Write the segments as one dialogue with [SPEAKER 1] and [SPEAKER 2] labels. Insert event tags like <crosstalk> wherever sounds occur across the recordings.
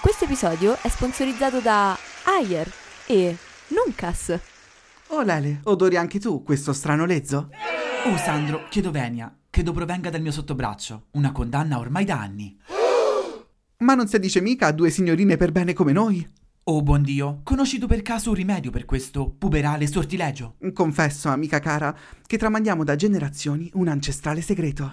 [SPEAKER 1] Questo episodio è sponsorizzato da Ayer e Nuncas.
[SPEAKER 2] Oh Lele, odori anche tu questo strano lezzo?
[SPEAKER 3] Oh Sandro, chiedo venia. Credo provenga dal mio sottobraccio. Una condanna ormai da anni.
[SPEAKER 2] Ma non si dice mica a due signorine per bene come noi?
[SPEAKER 3] Oh buon Dio, conosci tu per caso un rimedio per questo puberale sortilegio?
[SPEAKER 2] Confesso, amica cara, che tramandiamo da generazioni un ancestrale segreto.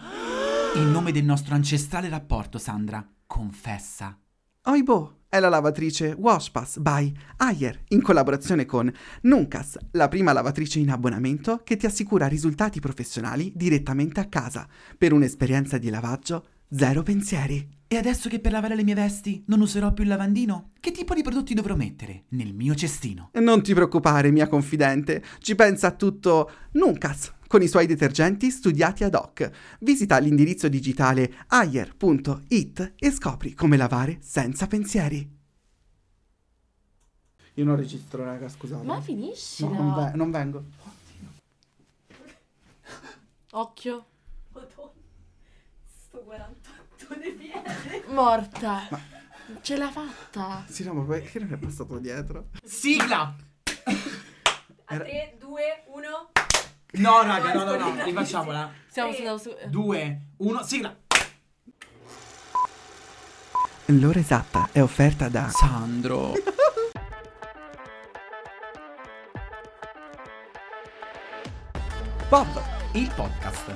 [SPEAKER 3] In nome del nostro ancestrale rapporto, Sandra, confessa.
[SPEAKER 2] Oibo è la lavatrice Washpass by Ayer in collaborazione con Nuncas, la prima lavatrice in abbonamento che ti assicura risultati professionali direttamente a casa per un'esperienza di lavaggio zero pensieri.
[SPEAKER 3] E adesso che per lavare le mie vesti non userò più il lavandino, che tipo di prodotti dovrò mettere nel mio cestino?
[SPEAKER 2] Non ti preoccupare, mia confidente, ci pensa a tutto Nuncas con i suoi detergenti studiati ad hoc. Visita l'indirizzo digitale ayer.it e scopri come lavare senza pensieri. Io non registro, raga, scusate.
[SPEAKER 4] Ma finisci.
[SPEAKER 2] non, ve- non vengo.
[SPEAKER 4] Occhio.
[SPEAKER 5] Sto 48 di piede.
[SPEAKER 4] Morta. Ce l'ha fatta.
[SPEAKER 2] Sì, no, ma perché non è passato dietro?
[SPEAKER 6] Sigla!
[SPEAKER 5] A 3, 2, 1.
[SPEAKER 6] No, raga, Eh, no, no, no, rifacciamola.
[SPEAKER 4] Siamo
[SPEAKER 5] Sì.
[SPEAKER 4] sulla su-
[SPEAKER 6] Eh, Due, uno, sigla!
[SPEAKER 2] L'ora esatta è offerta da...
[SPEAKER 3] Sandro. Bob, il podcast.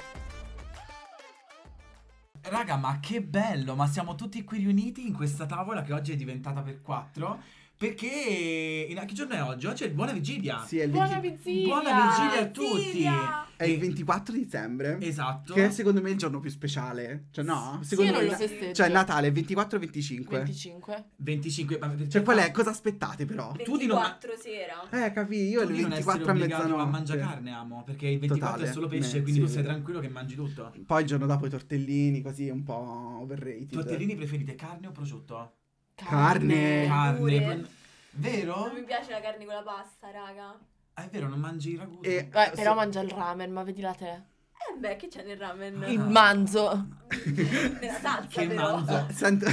[SPEAKER 3] Raga, ma che bello, ma siamo tutti qui riuniti in questa tavola che oggi è diventata per quattro. Perché... in- Che giorno è oggi? Oggi è buona
[SPEAKER 6] Ah.
[SPEAKER 3] vigilia.
[SPEAKER 2] Sì, è il,
[SPEAKER 4] Buona
[SPEAKER 2] 20
[SPEAKER 4] vigilia.
[SPEAKER 6] Buona vigilia a tutti!
[SPEAKER 5] Vigilia!
[SPEAKER 2] è il
[SPEAKER 6] E-
[SPEAKER 2] 24 dicembre.
[SPEAKER 6] Esatto.
[SPEAKER 2] Che è secondo me è il giorno più speciale. Cioè, no?
[SPEAKER 4] Sì,
[SPEAKER 2] Secondo
[SPEAKER 4] io non
[SPEAKER 2] me.
[SPEAKER 4] lo festeggio.
[SPEAKER 2] Cioè, Natale 24 25.
[SPEAKER 4] 25.
[SPEAKER 6] 25. ma perché
[SPEAKER 2] Cioè, qual è?
[SPEAKER 6] fa-
[SPEAKER 2] Cosa aspettate, però?
[SPEAKER 6] Tu di non-
[SPEAKER 5] 24 sera.
[SPEAKER 2] Eh, capì, io
[SPEAKER 6] tu
[SPEAKER 2] il
[SPEAKER 6] di non essere
[SPEAKER 2] 24 a
[SPEAKER 6] obbligato
[SPEAKER 2] mezzanotte.
[SPEAKER 6] a mangiacarne, amo. Perché il 24
[SPEAKER 2] Totale,
[SPEAKER 6] è solo pesce,
[SPEAKER 2] me-
[SPEAKER 6] quindi
[SPEAKER 2] sì.
[SPEAKER 6] tu sei tranquillo che mangi tutto.
[SPEAKER 2] Poi il giorno dopo i tortellini, così un po' overrated.
[SPEAKER 6] Tortellini preferite carne o prosciutto?
[SPEAKER 2] Carne. Eh,
[SPEAKER 6] carne.
[SPEAKER 5] pure. Non
[SPEAKER 6] Vero?
[SPEAKER 5] mi piace la carne con la pasta, raga.
[SPEAKER 6] Ah, È vero, non mangi il ragù.
[SPEAKER 2] E-
[SPEAKER 4] Beh,
[SPEAKER 2] Sì.
[SPEAKER 4] però mangia il ramen, ma vedi la te.
[SPEAKER 5] Eh beh, che c'è nel
[SPEAKER 6] Ah.
[SPEAKER 5] ramen?
[SPEAKER 4] Il manzo.
[SPEAKER 5] Nella salsa
[SPEAKER 6] Che
[SPEAKER 5] però.
[SPEAKER 2] <laughs>
[SPEAKER 6] manzo.
[SPEAKER 2] Eh, Sento,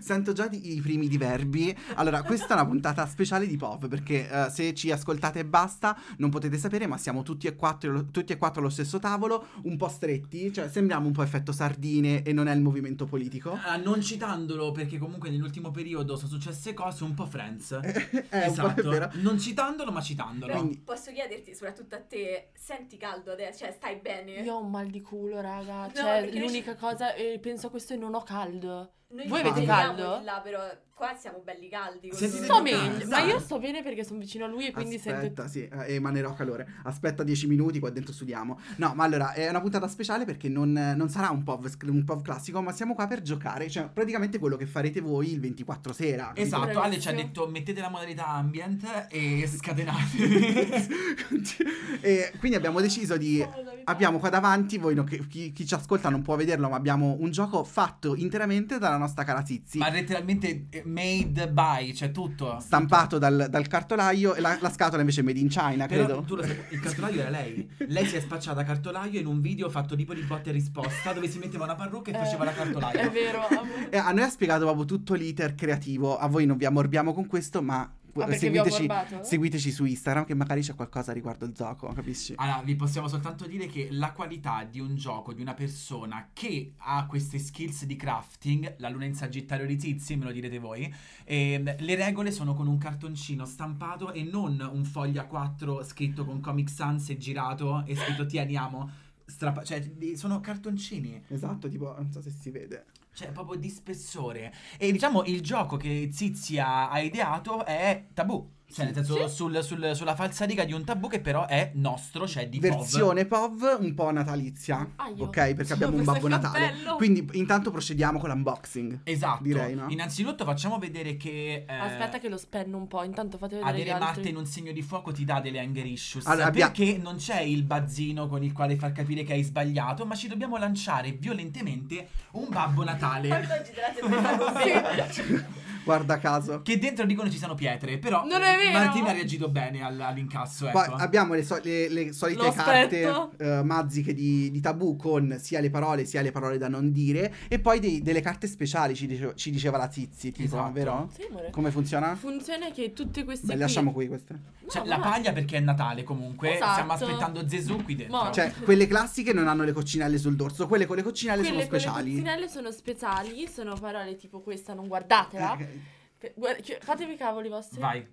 [SPEAKER 2] sento già di- i primi diverbi. Allora, questa è una puntata speciale di POV perché eh, se ci ascoltate e basta non potete sapere, ma siamo tutti e, quattro, tutti e quattro allo stesso tavolo, un po' stretti, cioè sembriamo un po' effetto sardine e non è il movimento politico. <laughs>
[SPEAKER 6] Ah, non citandolo perché comunque nell'ultimo periodo sono successe cose un po' friends.
[SPEAKER 2] Eh, un po' è
[SPEAKER 6] esatto.
[SPEAKER 2] vero.
[SPEAKER 6] Non citandolo ma citandolo.
[SPEAKER 5] Però
[SPEAKER 2] Quindi-
[SPEAKER 5] posso chiederti, soprattutto a te, senti caldo adesso? Cioè, stai bene?
[SPEAKER 4] Io ho un mal di culo, raga.
[SPEAKER 5] No,
[SPEAKER 4] Cioè,
[SPEAKER 5] perché
[SPEAKER 4] l'unica cosa. eh, penso a questo e non ho caldo.
[SPEAKER 5] Noi
[SPEAKER 4] Voi
[SPEAKER 5] ci
[SPEAKER 2] avete
[SPEAKER 5] svegliamo
[SPEAKER 4] caldo?
[SPEAKER 5] di Là, però qua siamo belli caldi. con
[SPEAKER 6] Sentite
[SPEAKER 5] loro.
[SPEAKER 4] Sto
[SPEAKER 6] il mio
[SPEAKER 4] meglio.
[SPEAKER 6] caldo.
[SPEAKER 4] Ma io sto bene perché sono vicino a lui e quindi
[SPEAKER 2] Aspetta,
[SPEAKER 4] sento.
[SPEAKER 2] sì, eh, emanerò calore. Aspetta 10 minuti, qua dentro studiamo. No, ma allora è una puntata speciale perché non, eh, non sarà un POV, sc- un POV classico, ma siamo qua per giocare, cioè praticamente quello che farete voi il 24 sera. capito?
[SPEAKER 6] Esatto, Ale ci ha
[SPEAKER 4] Bravissimo.
[SPEAKER 6] detto mettete la modalità ambient
[SPEAKER 2] <laughs>
[SPEAKER 6] e scatenatevi.
[SPEAKER 2] e quindi abbiamo deciso di abbiamo qua davanti voi no- che- chi, chi ci ascolta non può vederlo ma abbiamo un gioco fatto interamente dalla nostra cara Tizzi
[SPEAKER 6] Ma letteralmente eh, made by, cioè tutto.
[SPEAKER 2] stampato dal, dal cartolaio e la, la scatola invece è made in China
[SPEAKER 6] Però
[SPEAKER 2] credo
[SPEAKER 6] tu lo sai, il cartolaio era lei. Lei si è spacciata cartolaio in un video fatto tipo di botta e risposta dove si metteva una parrucca e
[SPEAKER 4] Eh,
[SPEAKER 6] faceva la
[SPEAKER 4] È
[SPEAKER 6] cartolaio.
[SPEAKER 4] vero.
[SPEAKER 2] Eh,
[SPEAKER 4] amore.
[SPEAKER 2] e a noi ha spiegato proprio tutto l'iter creativo a voi non vi ammorbiamo con questo ma
[SPEAKER 4] Ah, perché vi ho
[SPEAKER 2] seguiteci,
[SPEAKER 4] ammorbato?
[SPEAKER 2] seguiteci su Instagram che magari c'è qualcosa riguardo il gioco capisci
[SPEAKER 6] Allora, vi possiamo soltanto dire che la qualità di un gioco, di una persona che ha queste skills di crafting, la luna in sagittario di tizi, me lo direte voi, ehm, le regole sono con un cartoncino stampato e non un foglio A4 scritto con Comic Sans e girato e scritto ti amiamo. strappa- cioè, di- sono cartoncini.
[SPEAKER 2] esatto tipo non so se si vede
[SPEAKER 6] Cioè, proprio di spessore. E diciamo, il gioco che Zizi ha, ha ideato è Tabù. Cioè, nel senso, sul- sul- sulla falsariga di un tabù che però è nostro, cioè di Pov.
[SPEAKER 2] Versione POV un po' natalizia,
[SPEAKER 4] Aio.
[SPEAKER 2] ok? Perché abbiamo un
[SPEAKER 4] Cioè,
[SPEAKER 2] babbo
[SPEAKER 4] Questo
[SPEAKER 2] Natale.
[SPEAKER 4] cappello.
[SPEAKER 2] Quindi intanto procediamo con l'unboxing.
[SPEAKER 6] Esatto.
[SPEAKER 2] Direi, no?
[SPEAKER 6] Innanzitutto facciamo vedere che... eh,
[SPEAKER 4] Aspetta che lo spenno un po', intanto fate vedere gli
[SPEAKER 6] Avere
[SPEAKER 4] altri.
[SPEAKER 6] Marte in un segno di fuoco ti dà delle anger issues
[SPEAKER 2] Allora, abbia-
[SPEAKER 6] perché non c'è il bazzino con il quale far capire che hai sbagliato, ma ci dobbiamo lanciare violentemente un Babbo
[SPEAKER 4] <laughs>
[SPEAKER 5] Poi
[SPEAKER 6] Natale.
[SPEAKER 5] oggi te la sei presa con me.
[SPEAKER 2] Guarda caso.
[SPEAKER 6] che dentro dicono ci siano pietre, però
[SPEAKER 4] Non è vero!
[SPEAKER 6] Martina ha reagito bene all- all'incasso, ecco.
[SPEAKER 2] Poi abbiamo le, so- le- le solite
[SPEAKER 4] Lo
[SPEAKER 2] carte
[SPEAKER 4] aspetto.
[SPEAKER 2] eh, mazziche di, di tabù con sia le parole sia le parole da non dire e poi dei- delle carte speciali ci, dice- ci diceva la Tizi, tipo,
[SPEAKER 6] Esatto.
[SPEAKER 2] vero?
[SPEAKER 4] Sì, amore.
[SPEAKER 2] Come funziona?
[SPEAKER 4] Funziona che tutte queste
[SPEAKER 2] Beh,
[SPEAKER 4] qui...
[SPEAKER 2] lasciamo qui queste.
[SPEAKER 4] No,
[SPEAKER 6] Cioè,
[SPEAKER 4] ma
[SPEAKER 6] la
[SPEAKER 4] no.
[SPEAKER 6] paglia perché è Natale comunque,
[SPEAKER 4] Esatto.
[SPEAKER 6] stiamo aspettando Zezù qui dentro.
[SPEAKER 4] Mo-
[SPEAKER 2] Cioè, quelle classiche non hanno le coccinelle sul dorso, quelle con le coccinelle
[SPEAKER 4] Quelle
[SPEAKER 2] sono
[SPEAKER 4] con le
[SPEAKER 2] speciali.
[SPEAKER 4] cozzinelle sono speciali, sono parole tipo questa, non guardatela.
[SPEAKER 2] Eh, ok.
[SPEAKER 4] Fe- guarda- chi- fatevi i cavoli vostri.
[SPEAKER 6] Vai.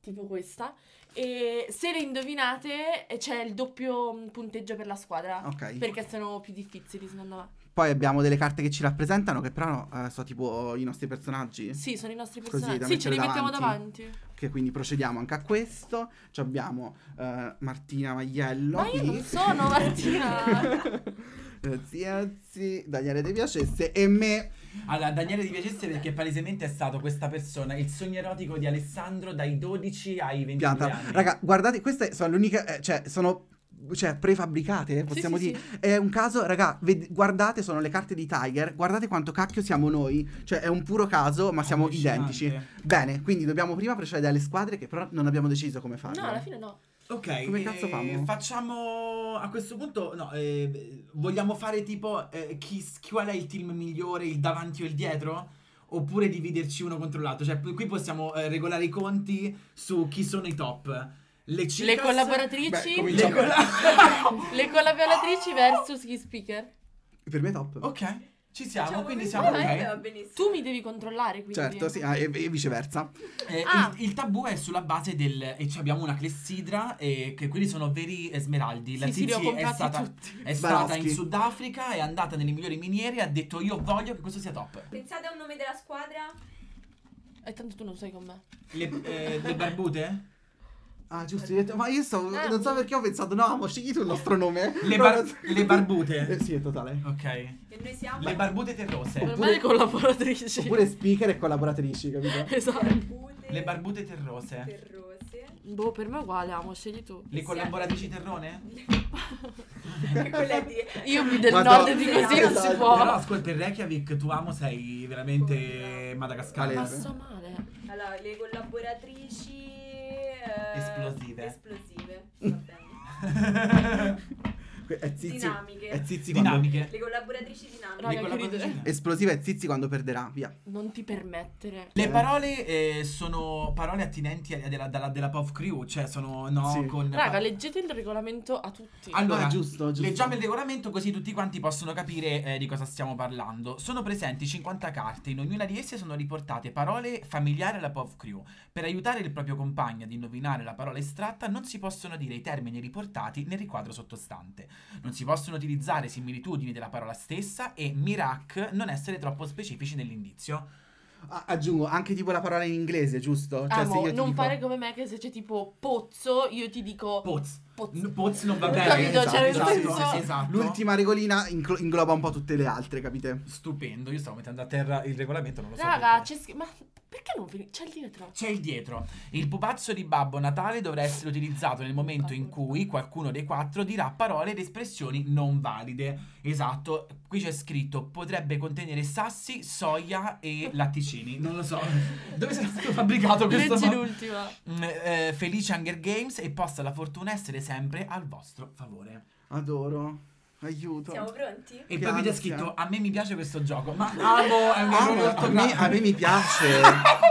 [SPEAKER 4] Tipo questa. E se le indovinate eh, c'è il doppio mm, punteggio per la squadra.
[SPEAKER 2] Ah, Ok.
[SPEAKER 4] Perché sono più difficili, secondo me.
[SPEAKER 2] Poi abbiamo delle carte che ci rappresentano, che però eh, sono tipo i nostri personaggi.
[SPEAKER 4] Sì, sono i nostri
[SPEAKER 2] Eh. Così,
[SPEAKER 4] personaggi.
[SPEAKER 2] da
[SPEAKER 4] sì, ce li
[SPEAKER 2] mettere
[SPEAKER 4] mettiamo davanti.
[SPEAKER 2] Che quindi procediamo anche a questo. Ci abbiamo eh, Martina Magliello.
[SPEAKER 4] Ma io
[SPEAKER 2] qui.
[SPEAKER 4] non
[SPEAKER 2] <laughs>
[SPEAKER 4] sono Martina.
[SPEAKER 2] Eh, zia, zi, Daniele De Piacesse e me.
[SPEAKER 6] Allora, Daniele Di Piacesse perché palesemente è stato questa persona, il sogno erotico di Alessandro dai 12 ai 22
[SPEAKER 2] Pianta.
[SPEAKER 6] anni.
[SPEAKER 2] Raga, guardate, queste sono l'unica. eh, cioè, sono. Cioè, prefabbricate, possiamo
[SPEAKER 4] sì,
[SPEAKER 2] dire. È un caso, raga, ved- guardate, sono le carte di Tiger. Guardate quanto cacchio siamo noi. Cioè, è un puro caso, ma siamo
[SPEAKER 6] Allucinante.
[SPEAKER 2] identici. Bene, quindi dobbiamo prima procedere alle squadre, che però non abbiamo deciso come fare.
[SPEAKER 4] No, alla fine no.
[SPEAKER 6] Ok,
[SPEAKER 2] Come cazzo
[SPEAKER 6] eh,
[SPEAKER 2] famo?
[SPEAKER 6] facciamo a questo punto, no, eh, vogliamo fare tipo eh, chi, chi- qual è il team migliore, il davanti o il dietro? Oppure dividerci uno contro l'altro? Cioè, qui possiamo eh, regolare i conti su chi sono i top. Le,
[SPEAKER 4] Le
[SPEAKER 6] chicas-
[SPEAKER 2] Beh,
[SPEAKER 4] collaboratrici.
[SPEAKER 2] cominciamo.
[SPEAKER 6] le colla- <laughs>
[SPEAKER 4] le collaboratrici versus gli speaker.
[SPEAKER 2] Per me è top.
[SPEAKER 6] ok, ci siamo,
[SPEAKER 5] Facciamo
[SPEAKER 6] quindi
[SPEAKER 5] così.
[SPEAKER 6] siamo ok.
[SPEAKER 5] Vabbè, va benissimo.
[SPEAKER 4] Tu mi devi controllare, quindi.
[SPEAKER 2] Certo, sì, ah, e, e viceversa.
[SPEAKER 6] Eh,
[SPEAKER 4] Ah.
[SPEAKER 6] il, il tabù è sulla base del... e ci abbiamo una clessidra, eh, che quelli sono veri smeraldi. La
[SPEAKER 4] Sì, sì, li ho
[SPEAKER 6] Tizi è
[SPEAKER 4] comprati
[SPEAKER 6] stata...
[SPEAKER 4] tutti.
[SPEAKER 6] È stata
[SPEAKER 2] Swarovski.
[SPEAKER 6] in Sudafrica, è andata nelle migliori miniere e ha detto io voglio che questo sia top.
[SPEAKER 5] Pensate a un nome della squadra?
[SPEAKER 4] E tanto tu non sei con me.
[SPEAKER 6] Le, eh, le barbute? <laughs>
[SPEAKER 2] Ah, giusto, io- ma io so,
[SPEAKER 4] Ah.
[SPEAKER 2] non so perché ho pensato, no, ma scegli tu il nostro nome.
[SPEAKER 6] Le,
[SPEAKER 2] No,
[SPEAKER 6] bar-
[SPEAKER 2] non so.
[SPEAKER 6] le barbute?
[SPEAKER 2] Eh, sì, è totale.
[SPEAKER 6] Ok.
[SPEAKER 5] E noi siamo...
[SPEAKER 6] Le barbute terrose.
[SPEAKER 4] Per me le collaboratrici.
[SPEAKER 2] Oppure speaker e collaboratrici, capito?
[SPEAKER 4] <laughs> Esatto.
[SPEAKER 5] Barbute,
[SPEAKER 6] Le barbute terrose.
[SPEAKER 5] Terrose.
[SPEAKER 4] Boh, per me è uguale, amo, scegli tu.
[SPEAKER 6] Le collaboratrici terrone?
[SPEAKER 5] <laughs> Quella di...
[SPEAKER 4] Io mi del
[SPEAKER 2] Madonna.
[SPEAKER 4] nord di così non si
[SPEAKER 2] Esatto.
[SPEAKER 4] può.
[SPEAKER 6] Però ascolta, il Reykjavik, tu amo, sei veramente
[SPEAKER 4] Ma
[SPEAKER 6] Madagascar.
[SPEAKER 2] Palese.
[SPEAKER 4] sto male.
[SPEAKER 5] Allora, le collaboratrici... eh,
[SPEAKER 6] Esplosive.
[SPEAKER 5] Esplosive.
[SPEAKER 6] <laughs>
[SPEAKER 5] Va bene.
[SPEAKER 2] Que- È zizi.
[SPEAKER 5] Dinamiche.
[SPEAKER 6] Eh,
[SPEAKER 2] È zizi quando...
[SPEAKER 6] Dinamiche.
[SPEAKER 5] Le collaboratrici dinamiche.
[SPEAKER 4] Raga,
[SPEAKER 6] Le collaboratrici.
[SPEAKER 2] Esplosiva è zizi quando perderà, via.
[SPEAKER 4] Non ti permettere.
[SPEAKER 6] Le parole eh, sono parole attinenti a- della, della, della Pop Crew, cioè sono no
[SPEAKER 2] Sì.
[SPEAKER 6] con...
[SPEAKER 4] Raga, leggete il regolamento a tutti.
[SPEAKER 6] Allora,
[SPEAKER 2] Ah, giusto, giusto.
[SPEAKER 6] leggiamo il regolamento così tutti quanti possono capire eh, di cosa stiamo parlando. Sono presenti 50 carte, in ognuna di esse sono riportate parole familiari alla POV crew. Per aiutare il proprio compagno ad indovinare la parola estratta non si possono dire i termini riportati nel riquadro sottostante. Non si possono utilizzare similitudini della parola stessa e mirac non essere troppo specifici nell'indizio.
[SPEAKER 2] Ah, aggiungo anche tipo la parola in inglese, giusto? Cioè, se
[SPEAKER 4] Amo,
[SPEAKER 2] io ti
[SPEAKER 4] Ah, boh, non
[SPEAKER 2] dico-
[SPEAKER 4] fare come me che se c'è tipo pozzo, io ti dico
[SPEAKER 6] Poz.
[SPEAKER 4] pozzo.
[SPEAKER 6] N- Poz non va
[SPEAKER 4] Ho
[SPEAKER 6] bene.
[SPEAKER 4] capito,
[SPEAKER 6] esatto,
[SPEAKER 4] cioè, nel
[SPEAKER 6] esatto,
[SPEAKER 4] senso-
[SPEAKER 6] sì, sì, esatto.
[SPEAKER 2] L'ultima regolina inclo- ingloba un po' tutte le altre, capite?
[SPEAKER 6] Stupendo, io stavo mettendo a terra il regolamento, non lo so.
[SPEAKER 4] Raga,
[SPEAKER 6] perché.
[SPEAKER 4] c'è scri- Ma perché non finisce? C'è il dietro.
[SPEAKER 6] C'è il dietro. Il pupazzo di Babbo Natale dovrà essere utilizzato nel momento in cui qualcuno dei quattro dirà parole ed espressioni non valide. Esatto, qui c'è scritto potrebbe contenere sassi, soia e latticini. Non lo so. Dove sarà stato fabbricato questo?
[SPEAKER 4] Leggi
[SPEAKER 6] mo-
[SPEAKER 4] l'ultima.
[SPEAKER 6] Mm, eh, felice Hunger Games e possa la fortuna essere sempre al vostro favore.
[SPEAKER 2] Adoro. Aiuto.
[SPEAKER 5] Siamo pronti?
[SPEAKER 6] E
[SPEAKER 2] Che
[SPEAKER 6] poi qui c'è
[SPEAKER 2] ansia.
[SPEAKER 6] scritto a me mi piace questo gioco, ma amo, è
[SPEAKER 2] Ah,
[SPEAKER 6] un errore
[SPEAKER 2] ma a, me,
[SPEAKER 6] ortografico.
[SPEAKER 2] a me mi piace.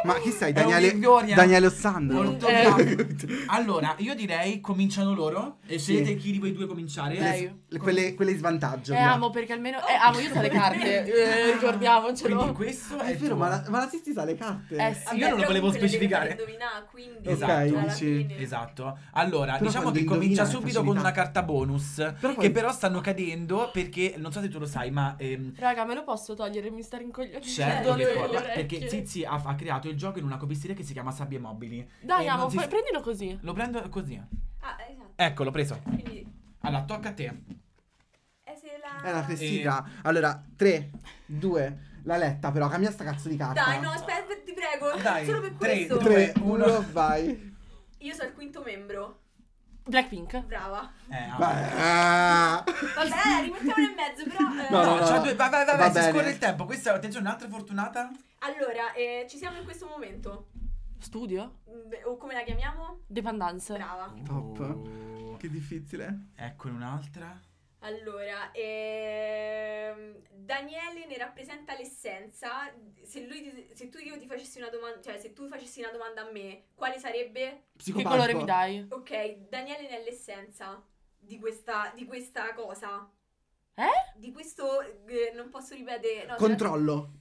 [SPEAKER 2] Ma chi sei?
[SPEAKER 6] È
[SPEAKER 2] Daniele,
[SPEAKER 6] un Vignoria.
[SPEAKER 2] Daniele Ossandro.
[SPEAKER 6] Ortografico. <laughs> Allora, io direi cominciano loro e
[SPEAKER 2] Eh. Sì.
[SPEAKER 6] scegliete chi di voi due cominciare.
[SPEAKER 4] Lei.
[SPEAKER 2] Le- le- quelle, quelle in svantaggio.
[SPEAKER 4] Eh,
[SPEAKER 2] via.
[SPEAKER 4] amo perché almeno... Eh, amo, io so
[SPEAKER 6] <laughs>
[SPEAKER 4] le carte. Eh,
[SPEAKER 6] Quindi
[SPEAKER 4] ricordiamocelo.
[SPEAKER 6] questo
[SPEAKER 2] Ma
[SPEAKER 6] è,
[SPEAKER 2] Ah, è vero,
[SPEAKER 6] tuo.
[SPEAKER 2] ma la, ma la Tizi sa le carte.
[SPEAKER 4] Eh sì.
[SPEAKER 6] Io non lo
[SPEAKER 5] però
[SPEAKER 6] volevo
[SPEAKER 5] comunque devi far
[SPEAKER 6] specificare.
[SPEAKER 5] indovinare, quindi...
[SPEAKER 6] Esatto.
[SPEAKER 5] alla
[SPEAKER 2] Dici-
[SPEAKER 5] fine.
[SPEAKER 6] Esatto. Allora,
[SPEAKER 2] Però
[SPEAKER 6] diciamo
[SPEAKER 2] quando
[SPEAKER 6] che
[SPEAKER 2] indovina
[SPEAKER 6] comincia
[SPEAKER 2] è
[SPEAKER 6] subito con
[SPEAKER 2] facilità.
[SPEAKER 6] una carta bonus
[SPEAKER 2] Però
[SPEAKER 6] che
[SPEAKER 2] quando-
[SPEAKER 6] però stanno cadendo perché non so se tu lo sai, ma ehm,
[SPEAKER 4] Raga, me lo posso togliere? Mi sta rincoglionendo.
[SPEAKER 6] certo che
[SPEAKER 4] le
[SPEAKER 6] può,
[SPEAKER 4] orecchie.
[SPEAKER 6] perché Zizi ha, ha creato il gioco in una copisteria che si chiama Sabbie Mobili.
[SPEAKER 4] Dai,
[SPEAKER 6] eh,
[SPEAKER 4] amo,
[SPEAKER 6] non si-
[SPEAKER 4] poi- prendilo così.
[SPEAKER 6] Lo prendo così.
[SPEAKER 5] Ah, esatto.
[SPEAKER 6] Ecco, l'ho preso.
[SPEAKER 5] Quindi,
[SPEAKER 6] Allora, tocca a te.
[SPEAKER 5] eh, se la...
[SPEAKER 2] È la festività. Allora, 3, 2, la letta però, cambia sta cazzo di carta.
[SPEAKER 5] Dai, no, aspetta, ti prego.
[SPEAKER 6] Ah, Dai,
[SPEAKER 5] solo per
[SPEAKER 6] tre,
[SPEAKER 5] questo.
[SPEAKER 6] due.
[SPEAKER 2] 3, 1, vai.
[SPEAKER 5] Io sono il quinto membro.
[SPEAKER 4] Blackpink.
[SPEAKER 2] <laughs>
[SPEAKER 5] Brava.
[SPEAKER 6] Eh, ah.
[SPEAKER 2] Vai. Ah.
[SPEAKER 5] <laughs> Vabbè, rimettiamo nel mezzo, però... eh,
[SPEAKER 2] No, no, no.
[SPEAKER 6] Ah, c'ha due- vai, vai, vai,
[SPEAKER 2] Va
[SPEAKER 6] vai, si
[SPEAKER 2] bene.
[SPEAKER 6] scorre il tempo. Questa, attenzione, un'altra fortunata.
[SPEAKER 5] Allora, eh, ci siamo in questo momento.
[SPEAKER 4] Studio.
[SPEAKER 5] Mm, O come la chiamiamo?
[SPEAKER 4] Dependance.
[SPEAKER 5] Brava.
[SPEAKER 2] Top.
[SPEAKER 6] Oh.
[SPEAKER 2] Che difficile.
[SPEAKER 6] Eccone Ecco, un'altra.
[SPEAKER 5] Allora, ehm, Daniele ne rappresenta l'essenza. Se, lui ti- se tu io ti facessi una domanda, cioè se tu facessi una domanda a me, quale sarebbe?
[SPEAKER 4] Che
[SPEAKER 2] Psicopatico.
[SPEAKER 4] colore mi dai?
[SPEAKER 5] Ok, Daniele ne è l'essenza di questa, di questa cosa.
[SPEAKER 4] Eh?
[SPEAKER 5] Di questo eh, non posso ripetere. No,
[SPEAKER 2] Controllo.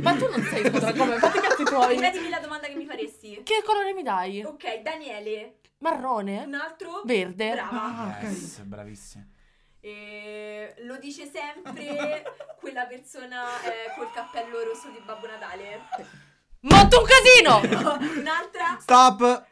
[SPEAKER 4] Ma tu non sei sotto la come? Fatti i cazzi
[SPEAKER 5] cioè,
[SPEAKER 4] tuoi.
[SPEAKER 5] <laughs> ripetimi la domanda che mi faresti.
[SPEAKER 4] Che colore mi dai?
[SPEAKER 5] Ok, Daniele,
[SPEAKER 4] Marrone?
[SPEAKER 5] un altro
[SPEAKER 4] Verde?
[SPEAKER 2] Ah,
[SPEAKER 5] brava.
[SPEAKER 2] ok.
[SPEAKER 6] Yes, bravissima.
[SPEAKER 5] Eh, lo dice sempre quella persona eh, col cappello rosso di Babbo Natale.
[SPEAKER 4] Monta un casino!
[SPEAKER 5] Un'altra
[SPEAKER 2] Stop.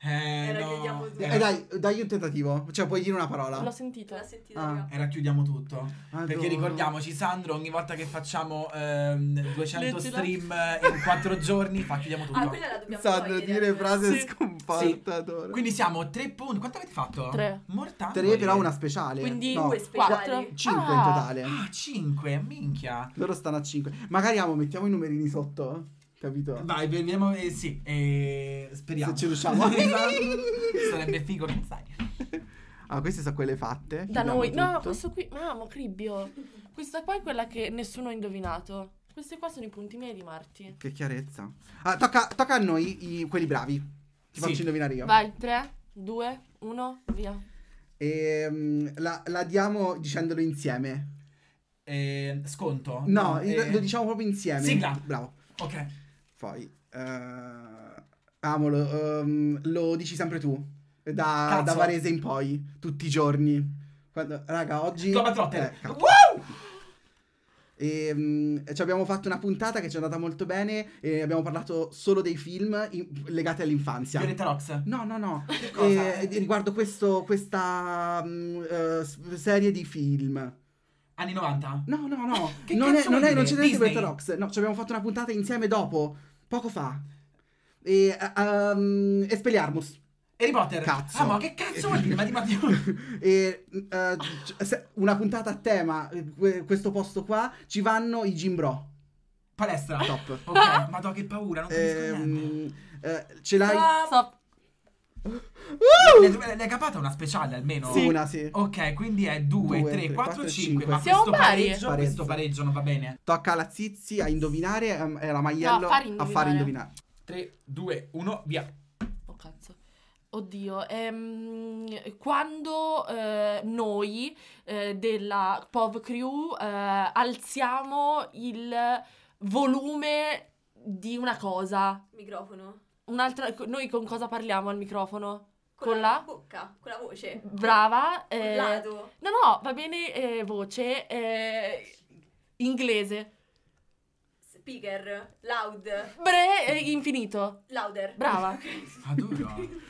[SPEAKER 6] Eh,
[SPEAKER 5] Era chiudiamo
[SPEAKER 6] no.
[SPEAKER 5] tutto.
[SPEAKER 2] Eh, dai, dai un tentativo. Cioè, puoi dire una parola.
[SPEAKER 4] L'ho
[SPEAKER 5] Tu
[SPEAKER 4] sentito.
[SPEAKER 5] l'ha sentita,
[SPEAKER 2] Ah.
[SPEAKER 5] raga.
[SPEAKER 6] Era chiudiamo tutto.
[SPEAKER 2] Madonna.
[SPEAKER 6] Perché ricordiamoci, Sandro, ogni volta che facciamo ehm, 200
[SPEAKER 4] Leggila.
[SPEAKER 6] stream eh, in 4 giorni, fa chiudiamo tutto.
[SPEAKER 5] Ah, quella la dobbiamo
[SPEAKER 2] Sandro,
[SPEAKER 5] togliere,
[SPEAKER 2] dire
[SPEAKER 5] allora.
[SPEAKER 2] frase
[SPEAKER 4] Sì.
[SPEAKER 2] sconfortadora.
[SPEAKER 6] Quindi siamo 3 punti. Quanto avete fatto?
[SPEAKER 4] Tre.
[SPEAKER 6] Mortali.
[SPEAKER 2] Tre, però una speciale.
[SPEAKER 4] Ah, Quindi
[SPEAKER 2] no,
[SPEAKER 5] due
[SPEAKER 2] 5
[SPEAKER 4] Quattro.
[SPEAKER 5] speciali.
[SPEAKER 2] in
[SPEAKER 4] Ah.
[SPEAKER 2] totale.
[SPEAKER 6] Ah, 5, minchia.
[SPEAKER 2] Loro stanno a 5. Magari amo, mettiamo i numerini sotto. Capito?
[SPEAKER 6] Vai, vediamo. eh, sì, eh, speriamo.
[SPEAKER 2] Se ci riusciamo.
[SPEAKER 6] <laughs> Sarebbe figo che sai.
[SPEAKER 2] ah, queste sono quelle fatte.
[SPEAKER 4] Da
[SPEAKER 2] Chiudiamo
[SPEAKER 4] noi. No,
[SPEAKER 2] tutto.
[SPEAKER 4] questo qui. Mamma, cribbio. Questa qua è quella che nessuno ha indovinato. Questi qua sono i punti miei di Marti.
[SPEAKER 2] Che chiarezza. Ah, tocca, tocca a noi, i- quelli bravi. Ti
[SPEAKER 6] Sì.
[SPEAKER 2] faccio indovinare io.
[SPEAKER 4] Vai, 3, 2, 1, via.
[SPEAKER 2] Ehm, la, la diamo dicendolo insieme.
[SPEAKER 6] Eh, sconto?
[SPEAKER 2] No, il-
[SPEAKER 6] eh,
[SPEAKER 2] lo diciamo proprio insieme.
[SPEAKER 6] sigla.
[SPEAKER 2] Bravo.
[SPEAKER 6] Ok.
[SPEAKER 2] Poi. eh, amolo, ehm, lo dici sempre tu. Da,
[SPEAKER 6] Cazzo.
[SPEAKER 2] da Varese in poi, tutti i giorni. Quando- raga, oggi.
[SPEAKER 6] Globetrotter.
[SPEAKER 2] Eh, cazzo.
[SPEAKER 6] Wow!
[SPEAKER 2] Ehm, ci abbiamo fatto una puntata che ci è andata molto bene. E abbiamo parlato solo dei film in- legati all'infanzia.
[SPEAKER 6] Violetta Rox.
[SPEAKER 2] No, no, no.
[SPEAKER 6] cosa?
[SPEAKER 2] Eh, riguardo questo, questa mm, eh, s- serie di film.
[SPEAKER 6] Anni 90.
[SPEAKER 2] No, no, no.
[SPEAKER 6] Che
[SPEAKER 2] non, è,
[SPEAKER 6] cazzo
[SPEAKER 2] non,
[SPEAKER 6] vuol
[SPEAKER 2] è, non c'è
[SPEAKER 6] dire?
[SPEAKER 2] niente
[SPEAKER 6] Disney?
[SPEAKER 2] Beta Rocks. No, ci abbiamo fatto una puntata insieme dopo, poco fa. E, um, Expelliarmus.
[SPEAKER 6] Harry Potter.
[SPEAKER 2] Cazzo.
[SPEAKER 6] Ah, ma che cazzo vuol dire? Ma di ma di-
[SPEAKER 2] <laughs> E, eh, c- se- una puntata a tema, eh, que- questo posto qua, ci vanno i Gimbro.
[SPEAKER 6] Palestra.
[SPEAKER 2] Top.
[SPEAKER 6] Ok, madò che paura, non capisco niente.
[SPEAKER 2] Ehm, eh, ce l'hai?
[SPEAKER 4] Stop.
[SPEAKER 6] L'hai- L'hai capata una speciale almeno?
[SPEAKER 2] Una, uh! sì.
[SPEAKER 6] Ok, quindi è 2,
[SPEAKER 2] Due,
[SPEAKER 6] 3,
[SPEAKER 2] tre,
[SPEAKER 6] 4,
[SPEAKER 2] quattro,
[SPEAKER 6] 5.
[SPEAKER 2] cinque.
[SPEAKER 6] Ma
[SPEAKER 4] Siamo
[SPEAKER 6] questo
[SPEAKER 4] pari.
[SPEAKER 6] pareggio,
[SPEAKER 2] Pareggio.
[SPEAKER 6] questo pareggio non va bene.
[SPEAKER 2] Tocca alla Zizi a indovinare, ehm, e alla Maiello
[SPEAKER 4] No, a far
[SPEAKER 2] a far
[SPEAKER 4] indovinare.
[SPEAKER 2] indovinare.
[SPEAKER 6] 3, 2, 1, via.
[SPEAKER 4] Oh cazzo. Oddio, ehm, quando eh, noi eh, della POV Crew eh, alziamo il volume di una cosa,
[SPEAKER 5] Microfono.
[SPEAKER 4] un'altra, noi con cosa parliamo al microfono?
[SPEAKER 5] Con,
[SPEAKER 4] Con
[SPEAKER 5] la,
[SPEAKER 4] la?
[SPEAKER 5] bocca, con la voce.
[SPEAKER 4] Brava.
[SPEAKER 5] Con
[SPEAKER 4] eh,
[SPEAKER 5] lato.
[SPEAKER 4] no, no, va bene eh, voce eh, inglese.
[SPEAKER 5] Speaker. Loud.
[SPEAKER 4] Bre, eh, infinito.
[SPEAKER 5] Louder. <laughs>
[SPEAKER 4] Brava.
[SPEAKER 6] Ma
[SPEAKER 4] <laughs>
[SPEAKER 6] duro.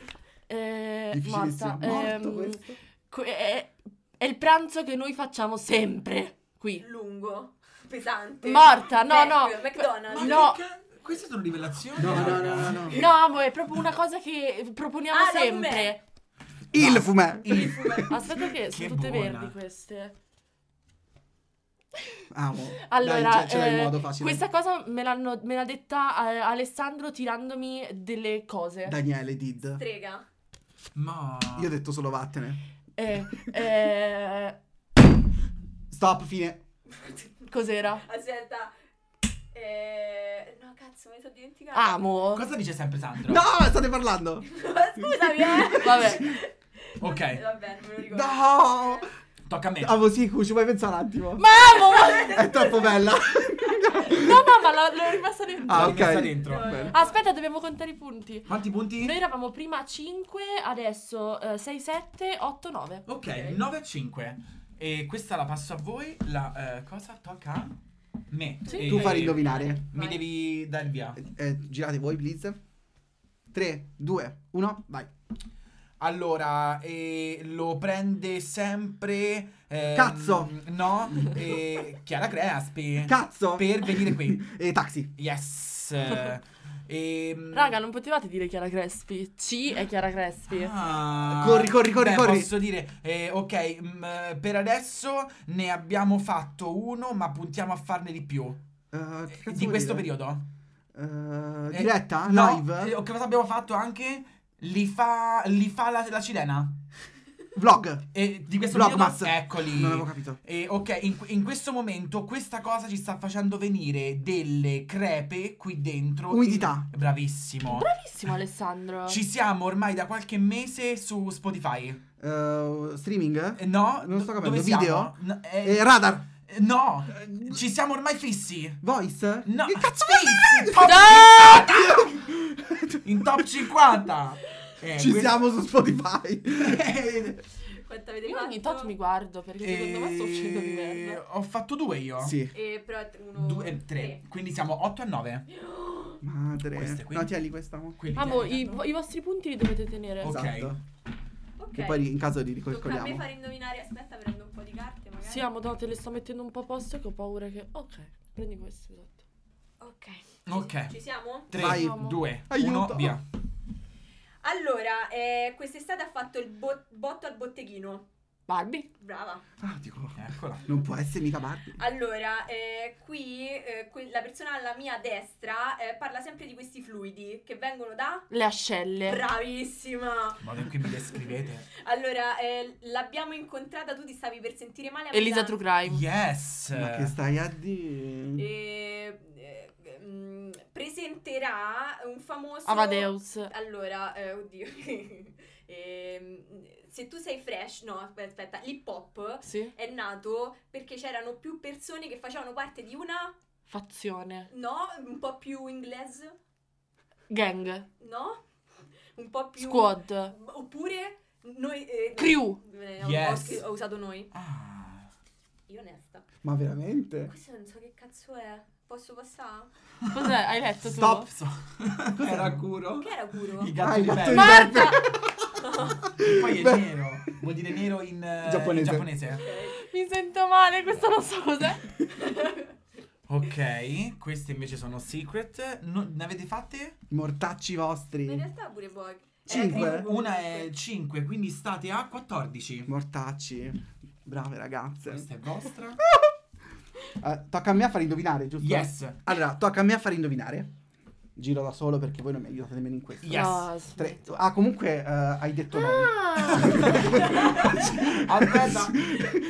[SPEAKER 4] Eh,
[SPEAKER 2] Difficilissimo.
[SPEAKER 4] Marta,
[SPEAKER 2] Morto
[SPEAKER 4] ehm,
[SPEAKER 2] questo.
[SPEAKER 4] que- è, è il pranzo che noi facciamo sempre qui.
[SPEAKER 5] Lungo. Pesante.
[SPEAKER 4] Morta, no,
[SPEAKER 5] Mac,
[SPEAKER 4] no.
[SPEAKER 5] McDonald's.
[SPEAKER 4] No.
[SPEAKER 6] Queste sono rivelazioni.
[SPEAKER 2] No, no, no,
[SPEAKER 6] raga.
[SPEAKER 2] no, no.
[SPEAKER 4] No, amore, è proprio una cosa che proponiamo
[SPEAKER 5] Ah, no,
[SPEAKER 4] sempre.
[SPEAKER 2] Il fumè.
[SPEAKER 6] Il-
[SPEAKER 4] Aspetta che sono
[SPEAKER 6] Che
[SPEAKER 4] tutte
[SPEAKER 6] buona.
[SPEAKER 4] verdi queste.
[SPEAKER 2] Amo.
[SPEAKER 4] Allora,
[SPEAKER 2] Dai, ce, ce l'hai in
[SPEAKER 4] eh,
[SPEAKER 2] modo facile.
[SPEAKER 4] questa cosa me, l'hanno- me l'ha detta eh, Alessandro tirandomi delle cose.
[SPEAKER 2] Daniele did.
[SPEAKER 5] Strega. <laughs>
[SPEAKER 6] Ma...
[SPEAKER 2] Io ho detto solo vattene.
[SPEAKER 4] Eh, eh,
[SPEAKER 2] Stop, fine.
[SPEAKER 4] cos'era?
[SPEAKER 5] Aspetta. Eh, no, cazzo, mi sono dimenticata.
[SPEAKER 4] Amo.
[SPEAKER 6] Cosa <laughs> dice sempre Sandro?
[SPEAKER 2] No, state parlando.
[SPEAKER 5] <laughs> Scusami, eh.
[SPEAKER 4] Vabbè.
[SPEAKER 6] Ok.
[SPEAKER 5] Vabbè, non me lo ricordo.
[SPEAKER 2] No. Ah,
[SPEAKER 6] Tocca a me.
[SPEAKER 2] Amo Siku, ci puoi pensare un attimo?
[SPEAKER 4] Ma amo! ma-
[SPEAKER 2] È troppo bella.
[SPEAKER 4] No, no, ma l'ho, l'ho rimasta dentro.
[SPEAKER 2] Ah,
[SPEAKER 6] L'ho
[SPEAKER 2] ok.
[SPEAKER 6] rimessa dentro.
[SPEAKER 2] Bene.
[SPEAKER 4] Aspetta, dobbiamo contare i punti.
[SPEAKER 6] Quanti punti?
[SPEAKER 4] Noi eravamo eh, prima a 5, adesso 6, 7, 8, 9.
[SPEAKER 6] Ok, 9 a 5. E questa la passo a voi. La eh, cosa tocca a me.
[SPEAKER 4] Sì.
[SPEAKER 6] E-
[SPEAKER 2] Tu fai indovinare.
[SPEAKER 6] Mi
[SPEAKER 5] Vai.
[SPEAKER 6] devi dar il via.
[SPEAKER 2] Eh, eh, girate voi, please. 3, 2, 1, vai.
[SPEAKER 6] Allora, eh, lo prende sempre. ehm,
[SPEAKER 2] Cazzo!
[SPEAKER 6] No, eh, Chiara Crespi.
[SPEAKER 2] Cazzo!
[SPEAKER 6] Per venire qui.
[SPEAKER 2] e taxi.
[SPEAKER 6] Yes. <laughs> eh, ehm,
[SPEAKER 4] Raga, non potevate dire Chiara Crespi. C è Chiara Crespi.
[SPEAKER 6] Ah,
[SPEAKER 2] Corri, corri, corri,
[SPEAKER 6] beh,
[SPEAKER 2] corri.
[SPEAKER 6] Posso dire, eh, ok, mm, eh, per adesso ne abbiamo fatto uno, ma puntiamo a farne di più.
[SPEAKER 2] Eh, che cazzo
[SPEAKER 6] di
[SPEAKER 2] vuol
[SPEAKER 6] questo
[SPEAKER 2] dire?
[SPEAKER 6] periodo?
[SPEAKER 2] Eh,
[SPEAKER 6] Eh,
[SPEAKER 2] diretta?
[SPEAKER 6] no,
[SPEAKER 2] Live?
[SPEAKER 6] eh, che cosa abbiamo fatto anche? Li fa, li fa la, la cilena.
[SPEAKER 2] Vlog?
[SPEAKER 6] Eh, di questo
[SPEAKER 2] Vlogmas.
[SPEAKER 6] periodo, eccoli.
[SPEAKER 2] Non avevo capito.
[SPEAKER 6] Eh, ok, in, in questo momento questa cosa ci sta facendo venire delle crepe qui dentro.
[SPEAKER 2] Umidità.
[SPEAKER 6] In- Bravissimo.
[SPEAKER 4] Bravissimo Alessandro.
[SPEAKER 6] Ci siamo ormai da qualche mese su Spotify.
[SPEAKER 2] Eh, streaming?
[SPEAKER 6] Eh, No,
[SPEAKER 2] Non sto
[SPEAKER 6] do-
[SPEAKER 2] capendo.
[SPEAKER 6] dove siamo?
[SPEAKER 2] Video?
[SPEAKER 6] No, eh,
[SPEAKER 2] Eh, radar?
[SPEAKER 6] eh, no, ci siamo ormai fissi.
[SPEAKER 2] Voice?
[SPEAKER 6] No,
[SPEAKER 2] Che cazzo
[SPEAKER 6] fissi, top 50! In top 50. Eh,
[SPEAKER 2] Ci
[SPEAKER 6] que-
[SPEAKER 2] siamo su Spotify.
[SPEAKER 6] Eh.
[SPEAKER 5] Quanto avete
[SPEAKER 4] Io
[SPEAKER 5] fatto?
[SPEAKER 4] ogni tot mi guardo perché secondo me sto uscendo di
[SPEAKER 6] Eh,
[SPEAKER 4] merda.
[SPEAKER 6] Ho fatto due io.
[SPEAKER 2] sì.
[SPEAKER 5] Eh, però è uno...
[SPEAKER 6] Due e tre. Quindi siamo 8 a 9.
[SPEAKER 2] Madre.
[SPEAKER 6] Queste qui.
[SPEAKER 2] No, tieni questa. mo.
[SPEAKER 4] Amo, i, vo- i vostri punti li dovete tenere.
[SPEAKER 6] Ok.
[SPEAKER 2] Esatto.
[SPEAKER 5] Ok.
[SPEAKER 2] Che poi in caso li
[SPEAKER 5] Tocca a me
[SPEAKER 2] ricordiamo.
[SPEAKER 5] fare indovinare. Aspetta, prendo un po' di carte magari.
[SPEAKER 4] Sì, amo, no, te le sto mettendo un po' a posto che ho paura che... Ok, prendi questo, esatto.
[SPEAKER 5] Ok.
[SPEAKER 6] Ok.
[SPEAKER 5] Ci siamo?
[SPEAKER 6] 3,
[SPEAKER 2] Vai.
[SPEAKER 6] 2, 1,
[SPEAKER 2] Aiuto.
[SPEAKER 6] via.
[SPEAKER 5] Allora, eh, quest'estate ha fatto il bo- botto al botteghino.
[SPEAKER 4] Barbie?
[SPEAKER 5] Brava.
[SPEAKER 2] Ah, dico.
[SPEAKER 6] Eccola.
[SPEAKER 2] Non può essere mica Barbie.
[SPEAKER 5] Allora, eh, qui eh, que- la persona alla mia destra eh, parla sempre di questi fluidi che vengono da...
[SPEAKER 4] Le ascelle.
[SPEAKER 5] Bravissima!
[SPEAKER 6] Vado qui mi descrivete.
[SPEAKER 5] Allora, eh, l'abbiamo incontrata, tu ti stavi per sentire male a
[SPEAKER 4] Elisa True
[SPEAKER 5] Milano.
[SPEAKER 4] Crime.
[SPEAKER 6] Yes.
[SPEAKER 2] Ma che stai a dire?
[SPEAKER 5] Eh, eh, mm, presenterà un famoso...
[SPEAKER 4] Avadeus.
[SPEAKER 5] Allora, eh, oddio. <laughs> Ehm, se tu sei fresh, no, aspetta, aspetta, l'hip hop
[SPEAKER 4] Sì.
[SPEAKER 5] è nato perché c'erano più persone che facevano parte di una,
[SPEAKER 4] Fazione.
[SPEAKER 5] no, un po' più inglese,
[SPEAKER 4] Gang.
[SPEAKER 5] no? Un po' più...
[SPEAKER 4] Squad.
[SPEAKER 5] Oppure noi... eh,
[SPEAKER 4] Crew.
[SPEAKER 5] eh, ho- ho,
[SPEAKER 6] Yes.
[SPEAKER 5] scri- ho usato noi.
[SPEAKER 6] Ah.
[SPEAKER 5] Io onesta.
[SPEAKER 2] Ma veramente?
[SPEAKER 5] Questo non so che cazzo è. Posso passare?
[SPEAKER 4] Cos'è? Hai letto tu?
[SPEAKER 2] Stop.
[SPEAKER 6] So. <laughs> Era curo.
[SPEAKER 5] Che era
[SPEAKER 6] <laughs>
[SPEAKER 5] curo?
[SPEAKER 6] Il
[SPEAKER 2] Ah,
[SPEAKER 6] gatto
[SPEAKER 2] il
[SPEAKER 6] di
[SPEAKER 2] gatto
[SPEAKER 6] pelle.
[SPEAKER 2] di
[SPEAKER 4] Marta!
[SPEAKER 6] E poi è
[SPEAKER 2] Beh.
[SPEAKER 6] nero. Vuol dire nero in eh, in
[SPEAKER 2] Giapponese.
[SPEAKER 6] giapponese.
[SPEAKER 5] Eh,
[SPEAKER 4] Mi sento male, questo non so cos'è.
[SPEAKER 6] Ok, queste invece sono secret. No- ne avete fatte?
[SPEAKER 2] Mortacci
[SPEAKER 5] In
[SPEAKER 2] vostri.
[SPEAKER 5] realtà pure Bog.
[SPEAKER 2] Cinque?
[SPEAKER 5] Eh,
[SPEAKER 6] Una è 5, quindi state a 14.
[SPEAKER 2] Mortacci. Brave ragazze.
[SPEAKER 6] Questa è vostra.
[SPEAKER 2] <laughs> Eh, tocca a me a far indovinare, giusto?
[SPEAKER 6] Yes.
[SPEAKER 2] Allora, tocca a me a far indovinare. Giro da solo perché voi non mi aiutate nemmeno in questo.
[SPEAKER 6] Yes.
[SPEAKER 4] No, s-
[SPEAKER 2] Tre- Ah, comunque eh, hai detto no.
[SPEAKER 4] Ah,
[SPEAKER 2] <laughs>
[SPEAKER 6] Aspetta.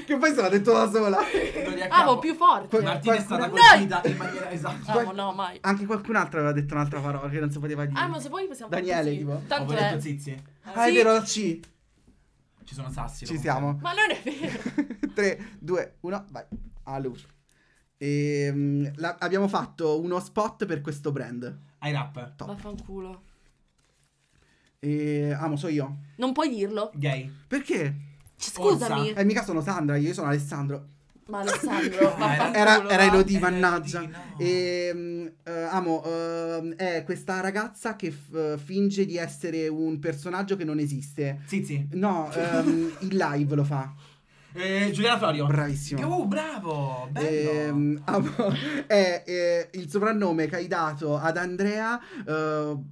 [SPEAKER 2] che poi se l'ha detto da sola.
[SPEAKER 6] lo riaccapo.
[SPEAKER 4] amo più forte.
[SPEAKER 2] Que-
[SPEAKER 6] Martina è
[SPEAKER 2] Qualcuno-
[SPEAKER 6] stata colpita in maniera esatto. esatta.
[SPEAKER 4] Amo, no, mai.
[SPEAKER 2] Anche qualcun altro aveva detto un'altra parola che non si poteva
[SPEAKER 5] Ah,
[SPEAKER 2] dire.
[SPEAKER 4] Amo, se vuoi possiamo fare
[SPEAKER 2] Daniele,
[SPEAKER 4] così.
[SPEAKER 2] tipo?
[SPEAKER 4] Tanto
[SPEAKER 6] Ho detto
[SPEAKER 4] è...
[SPEAKER 6] zizi.
[SPEAKER 2] ah, è
[SPEAKER 4] Sì.
[SPEAKER 2] vero, la C.
[SPEAKER 6] Ci sono sassi.
[SPEAKER 2] Ci
[SPEAKER 6] lo
[SPEAKER 2] <laughs> siamo.
[SPEAKER 4] Ma non è vero.
[SPEAKER 2] 3, 2, 1, vai. Allora. Ehm, la- abbiamo fatto uno spot per questo brand.
[SPEAKER 6] confermo. Hai rap.
[SPEAKER 2] Top.
[SPEAKER 4] Vaffanculo.
[SPEAKER 2] E, amo, so io.
[SPEAKER 4] Non puoi dirlo.
[SPEAKER 6] Gay.
[SPEAKER 2] Perché?
[SPEAKER 4] C- Scusami.
[SPEAKER 2] Eh, mica sono Sandra, io sono Alessandro.
[SPEAKER 4] Ma
[SPEAKER 6] <laughs> Eh.
[SPEAKER 4] Alessandro,
[SPEAKER 6] era-
[SPEAKER 2] Era,
[SPEAKER 4] vaffanculo.
[SPEAKER 2] era
[SPEAKER 4] va.
[SPEAKER 2] Elodie,
[SPEAKER 6] Elodie,
[SPEAKER 2] mannaggia.
[SPEAKER 6] no.
[SPEAKER 2] Ehm, eh, amo, ehm, è questa ragazza che f- finge di essere un personaggio che non esiste.
[SPEAKER 6] Zizi.
[SPEAKER 2] No,
[SPEAKER 4] <laughs>
[SPEAKER 2] ehm, il live lo fa.
[SPEAKER 6] Eh, Giuliana Florio.
[SPEAKER 2] Bravissimo.
[SPEAKER 6] Oh, bravo. Bello.
[SPEAKER 2] Ehm, <laughs> amo- è, eh, il soprannome che hai dato ad Andrea, eh,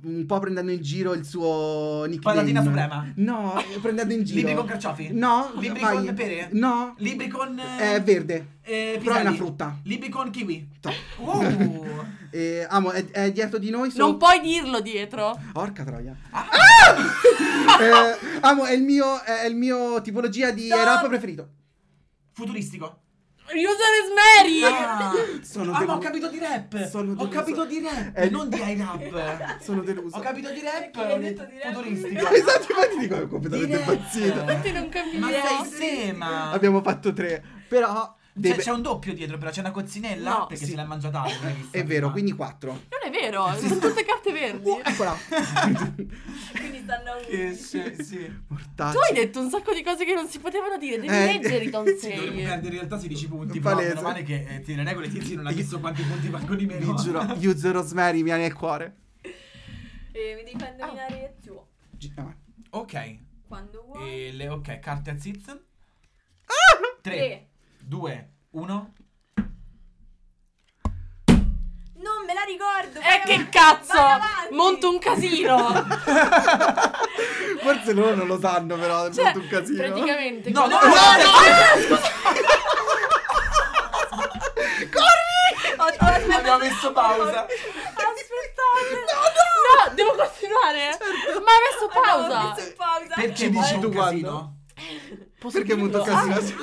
[SPEAKER 2] un po' prendendo in giro il suo nickname.
[SPEAKER 6] Patatina suprema.
[SPEAKER 2] No, eh, prendendo in giro.
[SPEAKER 6] <laughs> Libri con carciofi.
[SPEAKER 2] No,
[SPEAKER 6] Libri
[SPEAKER 2] vai.
[SPEAKER 6] con pere.
[SPEAKER 2] No,
[SPEAKER 6] Libri con... eh,
[SPEAKER 2] è verde.
[SPEAKER 6] eh,
[SPEAKER 2] Però è una
[SPEAKER 6] piselli.
[SPEAKER 2] frutta.
[SPEAKER 6] Libri
[SPEAKER 2] <laughs>
[SPEAKER 6] con kiwi.
[SPEAKER 2] Top.
[SPEAKER 6] Oh.
[SPEAKER 2] Eh, amo, è, è dietro di noi.
[SPEAKER 4] Non
[SPEAKER 2] solo-
[SPEAKER 4] puoi dirlo dietro.
[SPEAKER 2] Porca troia.
[SPEAKER 6] Ah!
[SPEAKER 2] <laughs> Eh, amo, è il mio, è il mio tipologia di
[SPEAKER 4] Stop.
[SPEAKER 2] rap preferito.
[SPEAKER 6] Futuristico.
[SPEAKER 4] User is Mary.
[SPEAKER 6] Ah,
[SPEAKER 2] Sono
[SPEAKER 6] ah, ma ho
[SPEAKER 2] deluso.
[SPEAKER 6] capito di rap.
[SPEAKER 2] Sono
[SPEAKER 6] ho
[SPEAKER 2] deluso.
[SPEAKER 6] capito di rap,
[SPEAKER 2] Eh,
[SPEAKER 6] non di high
[SPEAKER 2] <laughs>
[SPEAKER 6] rap.
[SPEAKER 2] Sono deluso.
[SPEAKER 6] Ho capito di rap,
[SPEAKER 5] Perché hai detto di rap?
[SPEAKER 2] <laughs>
[SPEAKER 6] futuristico.
[SPEAKER 2] Esatto, infatti dico, è completamente
[SPEAKER 6] Di rap.
[SPEAKER 2] impazzito.
[SPEAKER 4] Infatti non
[SPEAKER 6] Ma
[SPEAKER 4] capivo.
[SPEAKER 6] sei sema.
[SPEAKER 2] Abbiamo fatto tre. Però Dei
[SPEAKER 6] C'è,
[SPEAKER 2] be-
[SPEAKER 6] c'è un doppio dietro, però c'è una cozzinella
[SPEAKER 4] No,
[SPEAKER 6] perché
[SPEAKER 2] sì.
[SPEAKER 6] se l'ha mangiata altro. l'hai vista
[SPEAKER 2] È vero,
[SPEAKER 6] prima.
[SPEAKER 2] quindi 4.
[SPEAKER 4] Non è vero, sono tutte carte verdi.
[SPEAKER 2] Eccola.
[SPEAKER 5] <laughs> Quindi stanno a
[SPEAKER 6] Eh,
[SPEAKER 5] uno.
[SPEAKER 6] sì, sì.
[SPEAKER 2] Mortacci.
[SPEAKER 4] Tu hai detto un sacco di cose che non si potevano dire, devi
[SPEAKER 2] Eh,
[SPEAKER 4] leggere Don
[SPEAKER 6] Sì, dovremmo
[SPEAKER 4] Sayer.
[SPEAKER 6] perdere in realtà 16 punti,
[SPEAKER 2] Palese.
[SPEAKER 6] però meno male che eh, ti- le regole ti non ha
[SPEAKER 2] Io-
[SPEAKER 6] visto quanti punti valgono di meno.
[SPEAKER 2] Vi giuro, Yuzu Rosemary mi ha nel cuore.
[SPEAKER 5] E Eh, mi devi far indovinare tu
[SPEAKER 2] Gi- ah, vai.
[SPEAKER 6] Ok,
[SPEAKER 5] quando vuoi.
[SPEAKER 6] e le- ok, carte a
[SPEAKER 2] Ah!
[SPEAKER 6] ziz. 3,
[SPEAKER 5] Tre.
[SPEAKER 6] 2, 1.
[SPEAKER 5] Non me la ricordo. vai
[SPEAKER 4] Eh che
[SPEAKER 5] avanti,
[SPEAKER 4] cazzo!
[SPEAKER 5] vai avanti.
[SPEAKER 4] Monto un
[SPEAKER 5] <laughs>
[SPEAKER 4] casino!
[SPEAKER 2] Forse loro non lo sanno, però è
[SPEAKER 4] Cioè,
[SPEAKER 2] molto un casino.
[SPEAKER 4] praticamente...
[SPEAKER 6] No, no, no,
[SPEAKER 4] quando-
[SPEAKER 5] Aspetta, aspetta,
[SPEAKER 6] Abbiamo messo pausa.
[SPEAKER 4] Aspettate! No, Certo. Ah, no! devo continuare! Ma ha messo pausa!
[SPEAKER 5] Abbiamo messo in pausa.
[SPEAKER 6] Perché
[SPEAKER 2] Ci dici
[SPEAKER 6] dici
[SPEAKER 2] tu
[SPEAKER 6] un
[SPEAKER 2] quando?
[SPEAKER 6] casino?
[SPEAKER 4] Posso
[SPEAKER 2] Perché è molto
[SPEAKER 4] dirlo?
[SPEAKER 2] un casino.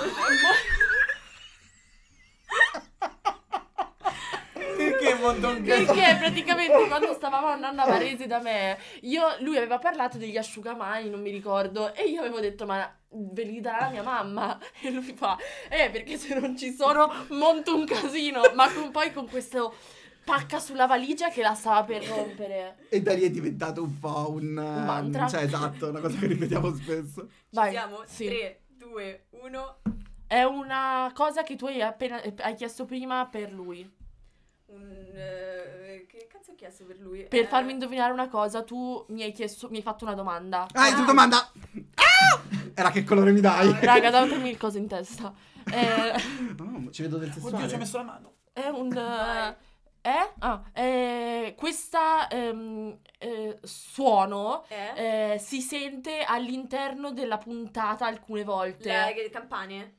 [SPEAKER 6] Perché mondo un
[SPEAKER 4] Perché praticamente quando stavamo andando a Varese da me, io- lui aveva parlato degli asciugamani, non mi ricordo, e io avevo detto ma ve li darà mia mamma? <laughs> E lui fa, eh perché se non ci sono monto un casino, ma con- poi con questo pacca sulla valigia che la stava per rompere.
[SPEAKER 2] E da lì è diventato un po' un... ehm,
[SPEAKER 4] mantra.
[SPEAKER 2] Cioè, esatto, una cosa che ripetiamo spesso.
[SPEAKER 4] Vai,
[SPEAKER 5] Ci siamo?
[SPEAKER 4] sì.
[SPEAKER 5] 3, 2, 1.
[SPEAKER 4] È una cosa che tu hai appena hai chiesto prima per lui.
[SPEAKER 5] Un, eh, che cazzo ho chiesto per lui?
[SPEAKER 4] Per
[SPEAKER 5] Eh,
[SPEAKER 4] farmi indovinare una cosa, tu mi hai chiesto, mi hai fatto una domanda.
[SPEAKER 2] Ah, è tua domanda! Ah! Era che colore mi dai?
[SPEAKER 4] Raga, datemi il coso in testa.
[SPEAKER 5] <laughs>
[SPEAKER 4] Eh,
[SPEAKER 2] Oh, ci vedo del sessuale.
[SPEAKER 6] Oddio, ci ho messo la mano.
[SPEAKER 4] È un...
[SPEAKER 5] Vai.
[SPEAKER 4] eh, Eh? Ah, eh, questa ehm, eh, suono
[SPEAKER 5] Eh?
[SPEAKER 4] eh, si sente all'interno della puntata alcune volte.
[SPEAKER 5] Le che- campane?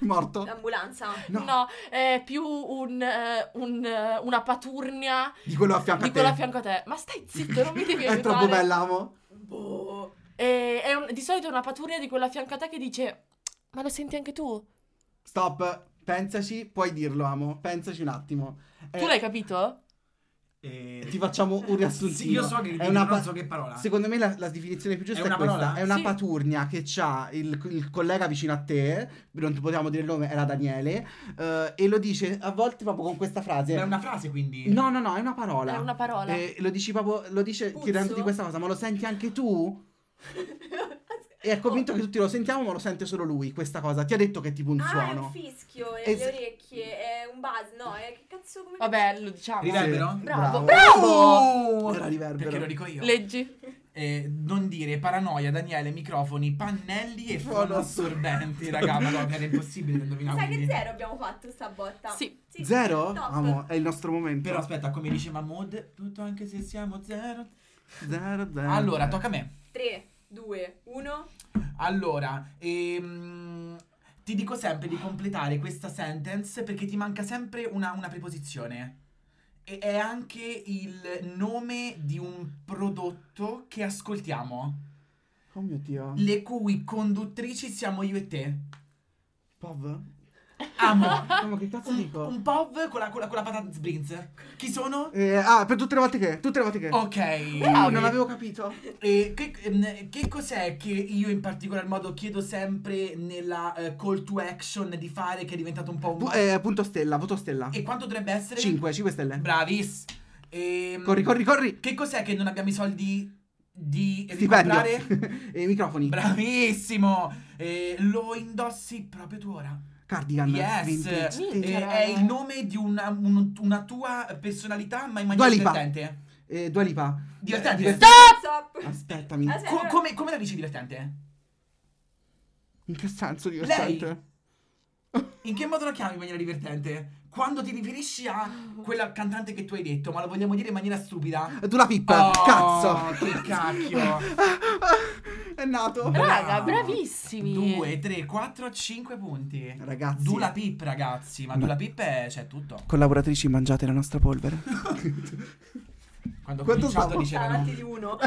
[SPEAKER 2] Morto?
[SPEAKER 5] L'ambulanza?
[SPEAKER 2] No,
[SPEAKER 4] No, è più un, eh, un, eh, una paturnia
[SPEAKER 2] di quello a fianco
[SPEAKER 4] di
[SPEAKER 2] a
[SPEAKER 4] quella a
[SPEAKER 2] te.
[SPEAKER 4] fianco a te. Ma stai zitto, non mi devi
[SPEAKER 2] È
[SPEAKER 4] aiutare.
[SPEAKER 2] troppo bella, amo.
[SPEAKER 5] Boh.
[SPEAKER 4] Eh, è un- di solito è una paturnia di quella a fianco a te che dice... Ma lo senti anche tu?
[SPEAKER 2] Stop, pensaci, puoi dirlo, amo. Pensaci un attimo. Eh,
[SPEAKER 4] Tu l'hai capito?
[SPEAKER 6] E...
[SPEAKER 2] Ti facciamo un riassuntino.
[SPEAKER 6] Sì, io so che
[SPEAKER 2] è
[SPEAKER 6] ripeti,
[SPEAKER 2] una
[SPEAKER 6] però non
[SPEAKER 2] pa-
[SPEAKER 6] so che parola.
[SPEAKER 2] Secondo me la, la definizione più giusta
[SPEAKER 6] È
[SPEAKER 2] è,
[SPEAKER 6] una
[SPEAKER 2] questa.
[SPEAKER 6] parola?
[SPEAKER 2] È una
[SPEAKER 4] Sì.
[SPEAKER 2] paturnia che c'ha il, il collega vicino a te, non ti potevamo dire il nome, era Daniele, eh, e lo dice a volte proprio con questa frase.
[SPEAKER 6] Ma è una frase quindi?
[SPEAKER 2] eh. No, no, no, è una parola.
[SPEAKER 4] È una parola.
[SPEAKER 2] Eh, lo dici proprio, lo dice
[SPEAKER 5] Puzzo?
[SPEAKER 2] chiedendoti questa cosa, ma lo senti anche tu? E
[SPEAKER 4] Oh.
[SPEAKER 2] è convinto che tutti lo sentiamo, ma lo sente solo lui, questa cosa. Ti ha detto che è tipo un
[SPEAKER 5] Ah, è
[SPEAKER 2] suono.
[SPEAKER 5] un fischio nelle
[SPEAKER 2] Es-
[SPEAKER 5] orecchie, è un buzz, no, è che cazzo come...
[SPEAKER 4] Vabbè, lo diciamo.
[SPEAKER 6] Riverbero?
[SPEAKER 4] Bravo, bravo!
[SPEAKER 6] Oh!
[SPEAKER 2] Era riverbero.
[SPEAKER 6] Perché lo dico io.
[SPEAKER 4] Leggi.
[SPEAKER 6] Eh, non dire paranoia, Daniele, microfoni, pannelli e
[SPEAKER 2] Fono
[SPEAKER 6] fono assorbenti, raga, madonna, era
[SPEAKER 5] <laughs>
[SPEAKER 6] impossibile
[SPEAKER 5] Mi sa
[SPEAKER 6] indovinare.
[SPEAKER 5] che
[SPEAKER 6] quindi.
[SPEAKER 5] zero abbiamo fatto sta botta.
[SPEAKER 4] Sì.
[SPEAKER 2] Zero?
[SPEAKER 5] Top.
[SPEAKER 2] Amo, è il nostro momento.
[SPEAKER 6] Però aspetta, come dice Mahmood, tutto anche se siamo zero.
[SPEAKER 2] Zero, zero.
[SPEAKER 6] Allora, tocca a me.
[SPEAKER 5] 3, 2, 1.
[SPEAKER 6] Allora, ehm, ti dico sempre di completare questa sentence perché ti manca sempre una, una preposizione. E è anche il nome di un prodotto che ascoltiamo,
[SPEAKER 2] Oh mio Dio.
[SPEAKER 6] le cui conduttrici siamo io e te.
[SPEAKER 2] <laughs> Pov?
[SPEAKER 6] Amo.
[SPEAKER 2] <laughs> No, ma che cazzo
[SPEAKER 6] Un,
[SPEAKER 2] dico?
[SPEAKER 6] un pov con la, con la, con la patata sbrinz. Chi sono?
[SPEAKER 2] Eh, ah, per tutte le volte che. Tutte le volte che.
[SPEAKER 6] Ok.
[SPEAKER 2] Uh, non avevo capito.
[SPEAKER 6] E che, ehm, che cos'è che io in particolar modo chiedo sempre nella eh, call to action di fare che è diventato un po' un...
[SPEAKER 2] Pu- eh, punto stella, voto stella.
[SPEAKER 6] E quanto dovrebbe essere?
[SPEAKER 2] 5, 5 stelle.
[SPEAKER 6] Bravis. Ehm,
[SPEAKER 2] Corri, corri, corri.
[SPEAKER 6] Che cos'è che non abbiamo i soldi di di
[SPEAKER 2] Stipendio.
[SPEAKER 6] comprare?
[SPEAKER 2] <laughs> e i microfoni.
[SPEAKER 6] Bravissimo. Eh, lo indossi proprio tu ora.
[SPEAKER 2] Cardigan.
[SPEAKER 6] Yes.
[SPEAKER 2] vintage.
[SPEAKER 4] Minchia,
[SPEAKER 6] Eh,
[SPEAKER 4] raga.
[SPEAKER 6] è il nome di una, un- una tua personalità, ma in
[SPEAKER 2] Dua
[SPEAKER 6] maniera
[SPEAKER 2] Lipa.
[SPEAKER 6] divertente.
[SPEAKER 2] Eh, Dua Lipa.
[SPEAKER 6] Divertente.
[SPEAKER 5] Stop.
[SPEAKER 2] Ah, Aspettami.
[SPEAKER 4] Ah,
[SPEAKER 5] Aspetta.
[SPEAKER 6] Co- come, come la dici divertente?
[SPEAKER 2] In che senso divertente?
[SPEAKER 6] In che modo la chiami in maniera divertente? Quando ti riferisci a quella cantante che tu hai detto, ma lo vogliamo dire in maniera stupida?
[SPEAKER 2] Eh, Dua Pippa.
[SPEAKER 6] Oh,
[SPEAKER 2] Cazzo.
[SPEAKER 6] Che cacchio!
[SPEAKER 2] <laughs> È nato.
[SPEAKER 6] Bra-
[SPEAKER 4] Raga,
[SPEAKER 6] Bravo.
[SPEAKER 4] bravissimi.
[SPEAKER 6] 2, 3, 4, 5 punti.
[SPEAKER 2] Ragazzi.
[SPEAKER 6] Dula Pip, ragazzi. Ma
[SPEAKER 2] No.
[SPEAKER 6] Dula Pip è. c'è tutto.
[SPEAKER 2] Collaboratrici, mangiate la nostra polvere.
[SPEAKER 6] Quando ho
[SPEAKER 2] Quanto
[SPEAKER 6] cominciato
[SPEAKER 2] stavo?
[SPEAKER 5] Sta
[SPEAKER 6] dicevano.
[SPEAKER 5] avanti
[SPEAKER 2] <laughs>
[SPEAKER 5] di uno.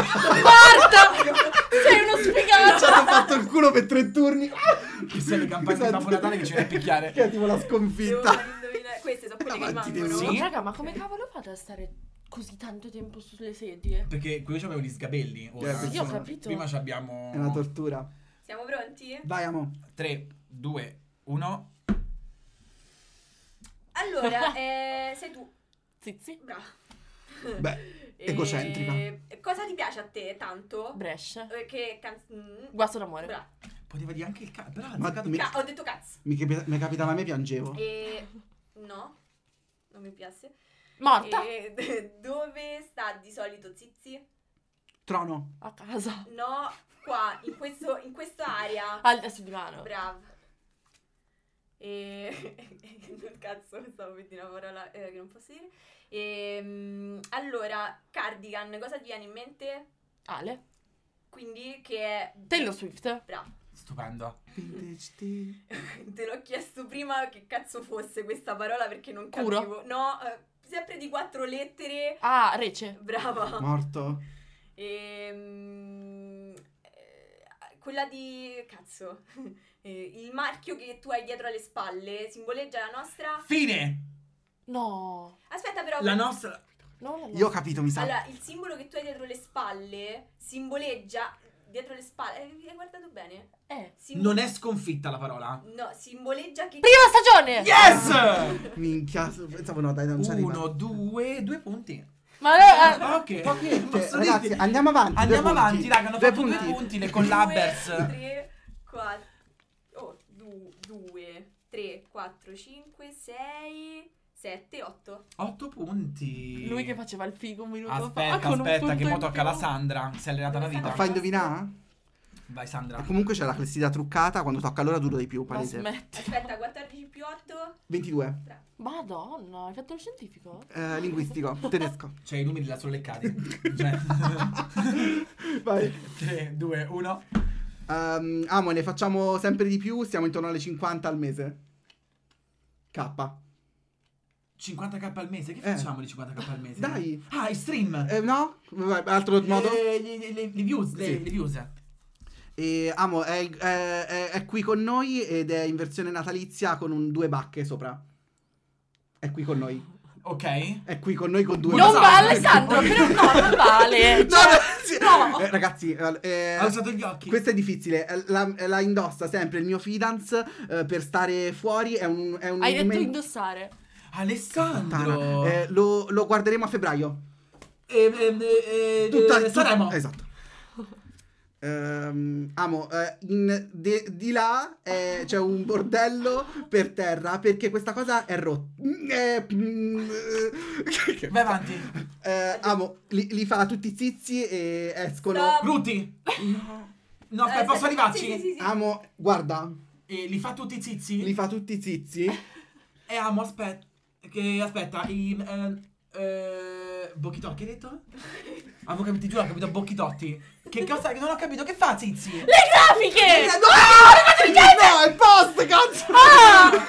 [SPEAKER 4] Sei uno
[SPEAKER 2] Ci
[SPEAKER 4] sfigato.
[SPEAKER 2] hanno fatto il culo per tre turni.
[SPEAKER 6] Chissà le campagne di Babbo Natale che ci viene a picchiare.
[SPEAKER 2] Che è tipo la
[SPEAKER 5] Devo
[SPEAKER 2] sconfitta.
[SPEAKER 5] far indovinare. Queste sono quelle che
[SPEAKER 2] Avanti di
[SPEAKER 5] rimangono.
[SPEAKER 6] uno. Sì.
[SPEAKER 4] Raga, ma come cavolo fate a stare così tanto tempo sulle sedie?
[SPEAKER 6] Perché qui avevo gli sgabelli. Ora.
[SPEAKER 2] Sì,
[SPEAKER 4] Io ho capito.
[SPEAKER 6] Prima ci abbiamo.
[SPEAKER 2] È una tortura.
[SPEAKER 5] Siamo pronti?
[SPEAKER 2] Vai, amo.
[SPEAKER 6] 3, 2, 1.
[SPEAKER 5] <laughs> Allora, eh, sei tu.
[SPEAKER 4] Zizi,
[SPEAKER 5] Brava.
[SPEAKER 2] Beh, egocentrica.
[SPEAKER 5] Eh, Cosa ti piace a te tanto?
[SPEAKER 4] Brescia,
[SPEAKER 5] Eh, Che canzone...
[SPEAKER 4] guasto d'amore.
[SPEAKER 5] Brava.
[SPEAKER 6] Poteva dire anche il cazzo. Però ha
[SPEAKER 2] Ma
[SPEAKER 6] azzeccato
[SPEAKER 2] mi-
[SPEAKER 5] Ca- ho detto cazzo.
[SPEAKER 2] Mi, capi- mi capitava a me piangevo.
[SPEAKER 5] <laughs> E... No, non mi piace.
[SPEAKER 4] Morta
[SPEAKER 5] Eh. E- <laughs> Dove sta di solito Zizi?
[SPEAKER 2] Trono.
[SPEAKER 4] a casa,
[SPEAKER 5] No, qua, in, questo, in questa area.
[SPEAKER 4] al sul divano.
[SPEAKER 5] Brava. E... <laughs> Cazzo, stavo per dire una parola eh, che non posso dire. Ehm, allora, Cardigan, cosa ti viene in mente?
[SPEAKER 4] Ale,
[SPEAKER 5] Quindi che è...
[SPEAKER 4] Taylor Swift,
[SPEAKER 5] Brava.
[SPEAKER 6] Stupendo.
[SPEAKER 2] Vintage tea.
[SPEAKER 5] Te l'ho chiesto prima che cazzo fosse questa parola perché non
[SPEAKER 4] Curo?
[SPEAKER 5] capivo. No, eh, sempre di quattro lettere.
[SPEAKER 4] ah, Rece,
[SPEAKER 5] Brava.
[SPEAKER 2] Morto.
[SPEAKER 5] Ehm, eh, quella di... Cazzo. <laughs> Eh, il marchio che tu hai dietro alle spalle simboleggia la nostra...
[SPEAKER 6] Fine.
[SPEAKER 4] no,
[SPEAKER 5] Aspetta però...
[SPEAKER 6] La nostra.
[SPEAKER 4] no, no, no.
[SPEAKER 2] Io ho capito, mi sa.
[SPEAKER 5] Allora, il simbolo che tu hai dietro le spalle simboleggia... Dietro le spalle... eh, hai guardato bene?
[SPEAKER 4] Eh.
[SPEAKER 5] Sim-
[SPEAKER 6] Non è sconfitta la parola.
[SPEAKER 5] No, simboleggia che...
[SPEAKER 4] Prima stagione!
[SPEAKER 6] Yes!
[SPEAKER 2] Minchia, pensavo no, dai, non ci arriva.
[SPEAKER 6] Uno, due, due punti. Ah,
[SPEAKER 4] Ma ah, allora,
[SPEAKER 6] Ok.
[SPEAKER 2] Pochette,
[SPEAKER 6] Posso
[SPEAKER 2] ragazzi,
[SPEAKER 6] dirti?
[SPEAKER 2] andiamo avanti.
[SPEAKER 6] Andiamo
[SPEAKER 2] due punti.
[SPEAKER 6] avanti, raga. Hanno
[SPEAKER 2] Due
[SPEAKER 6] fatto
[SPEAKER 2] punti.
[SPEAKER 6] due punti le collabers.
[SPEAKER 5] 3, 4, oh, 2, 3, 4, 5, 6, 7, 8.
[SPEAKER 6] Otto punti.
[SPEAKER 4] lui che faceva il figo un minuto fa
[SPEAKER 6] Aspetta,
[SPEAKER 4] con un
[SPEAKER 6] aspetta, che
[SPEAKER 4] punto
[SPEAKER 6] mo
[SPEAKER 4] in
[SPEAKER 6] tocca
[SPEAKER 4] più.
[SPEAKER 6] alla Sandra. Si è allenata la
[SPEAKER 2] La
[SPEAKER 6] vita.
[SPEAKER 2] fai indovinare?
[SPEAKER 6] Vai, Sandra.
[SPEAKER 2] E comunque c'è la classifica truccata, quando tocca allora duro di più,
[SPEAKER 4] Ma
[SPEAKER 2] palese.
[SPEAKER 4] smetti.
[SPEAKER 5] Aspetta, 14 più 8.
[SPEAKER 2] 22.
[SPEAKER 4] Madonna, hai fatto lo scientifico?
[SPEAKER 2] Eh, linguistico, tedesco.
[SPEAKER 6] Cioè, i numeri là
[SPEAKER 2] <laughs>
[SPEAKER 6] sono leccati. cioè, <laughs>
[SPEAKER 2] Vai.
[SPEAKER 6] 3, 2, 1.
[SPEAKER 2] Ehm, amo, ne facciamo sempre di più, stiamo intorno alle 50 al mese. K.
[SPEAKER 6] 50k al mese? Che
[SPEAKER 2] Eh.
[SPEAKER 6] facciamo di 50k al mese?
[SPEAKER 2] Dai.
[SPEAKER 6] Ah, i stream.
[SPEAKER 2] Eh, no? Vabbè, Altro modo?
[SPEAKER 6] Eh, le, le- le views. Le,
[SPEAKER 2] Sì.
[SPEAKER 6] le views.
[SPEAKER 2] E Amo è, è- è- è qui con noi ed è in versione natalizia con un- due bacche sopra. È qui con noi.
[SPEAKER 6] Ok.
[SPEAKER 2] È qui con noi con due
[SPEAKER 6] Buona
[SPEAKER 4] Non
[SPEAKER 2] bacche.
[SPEAKER 4] va
[SPEAKER 6] Sandra.
[SPEAKER 4] Alessandro, però no, non
[SPEAKER 2] <laughs>
[SPEAKER 4] vale.
[SPEAKER 2] No, no, sì.
[SPEAKER 4] Cioè, No.
[SPEAKER 2] Eh, ragazzi, eh, eh,
[SPEAKER 6] Ha usato gli occhi.
[SPEAKER 2] questo è difficile. Eh, La, la indossa sempre il mio fidance eh, per stare fuori. È un. È un
[SPEAKER 4] Hai detto
[SPEAKER 2] men-
[SPEAKER 4] indossare.
[SPEAKER 6] Alessandro.
[SPEAKER 2] Tana. Eh, lo, lo guarderemo a febbraio.
[SPEAKER 6] Eh, eh, eh, eh,
[SPEAKER 2] Tutta, tut-
[SPEAKER 6] Saremo.
[SPEAKER 2] Esatto. Ehm, amo, eh, in- de- di là eh, c'è un bordello per terra perché questa cosa è rotta. Mm, eh, mm, <laughs> eh,
[SPEAKER 6] Vai avanti.
[SPEAKER 2] eh, amo, li, li fa tutti zizi e escono. Mm.
[SPEAKER 5] Stop.
[SPEAKER 6] Brutti. No, aspetta,
[SPEAKER 5] Eh,
[SPEAKER 6] posso
[SPEAKER 5] aspetta,
[SPEAKER 6] arrivarci?
[SPEAKER 5] Sì, sì, sì. sì.
[SPEAKER 2] Amo, guarda,
[SPEAKER 6] Eh, li fa tutti zizi?
[SPEAKER 2] li fa tutti zizi.
[SPEAKER 6] Eh, amo, aspetta. Che aspetta, i. Eh, eh, Bocchitotti, hai
[SPEAKER 5] <laughs>
[SPEAKER 6] detto? Avevo capito, ti giuro, ho capito Bocchitotti. Che cosa? Non ho capito, che fa Zizi?
[SPEAKER 4] Le
[SPEAKER 2] <laughs> Esatto.
[SPEAKER 4] grafiche!
[SPEAKER 2] No, è posto, cazzo!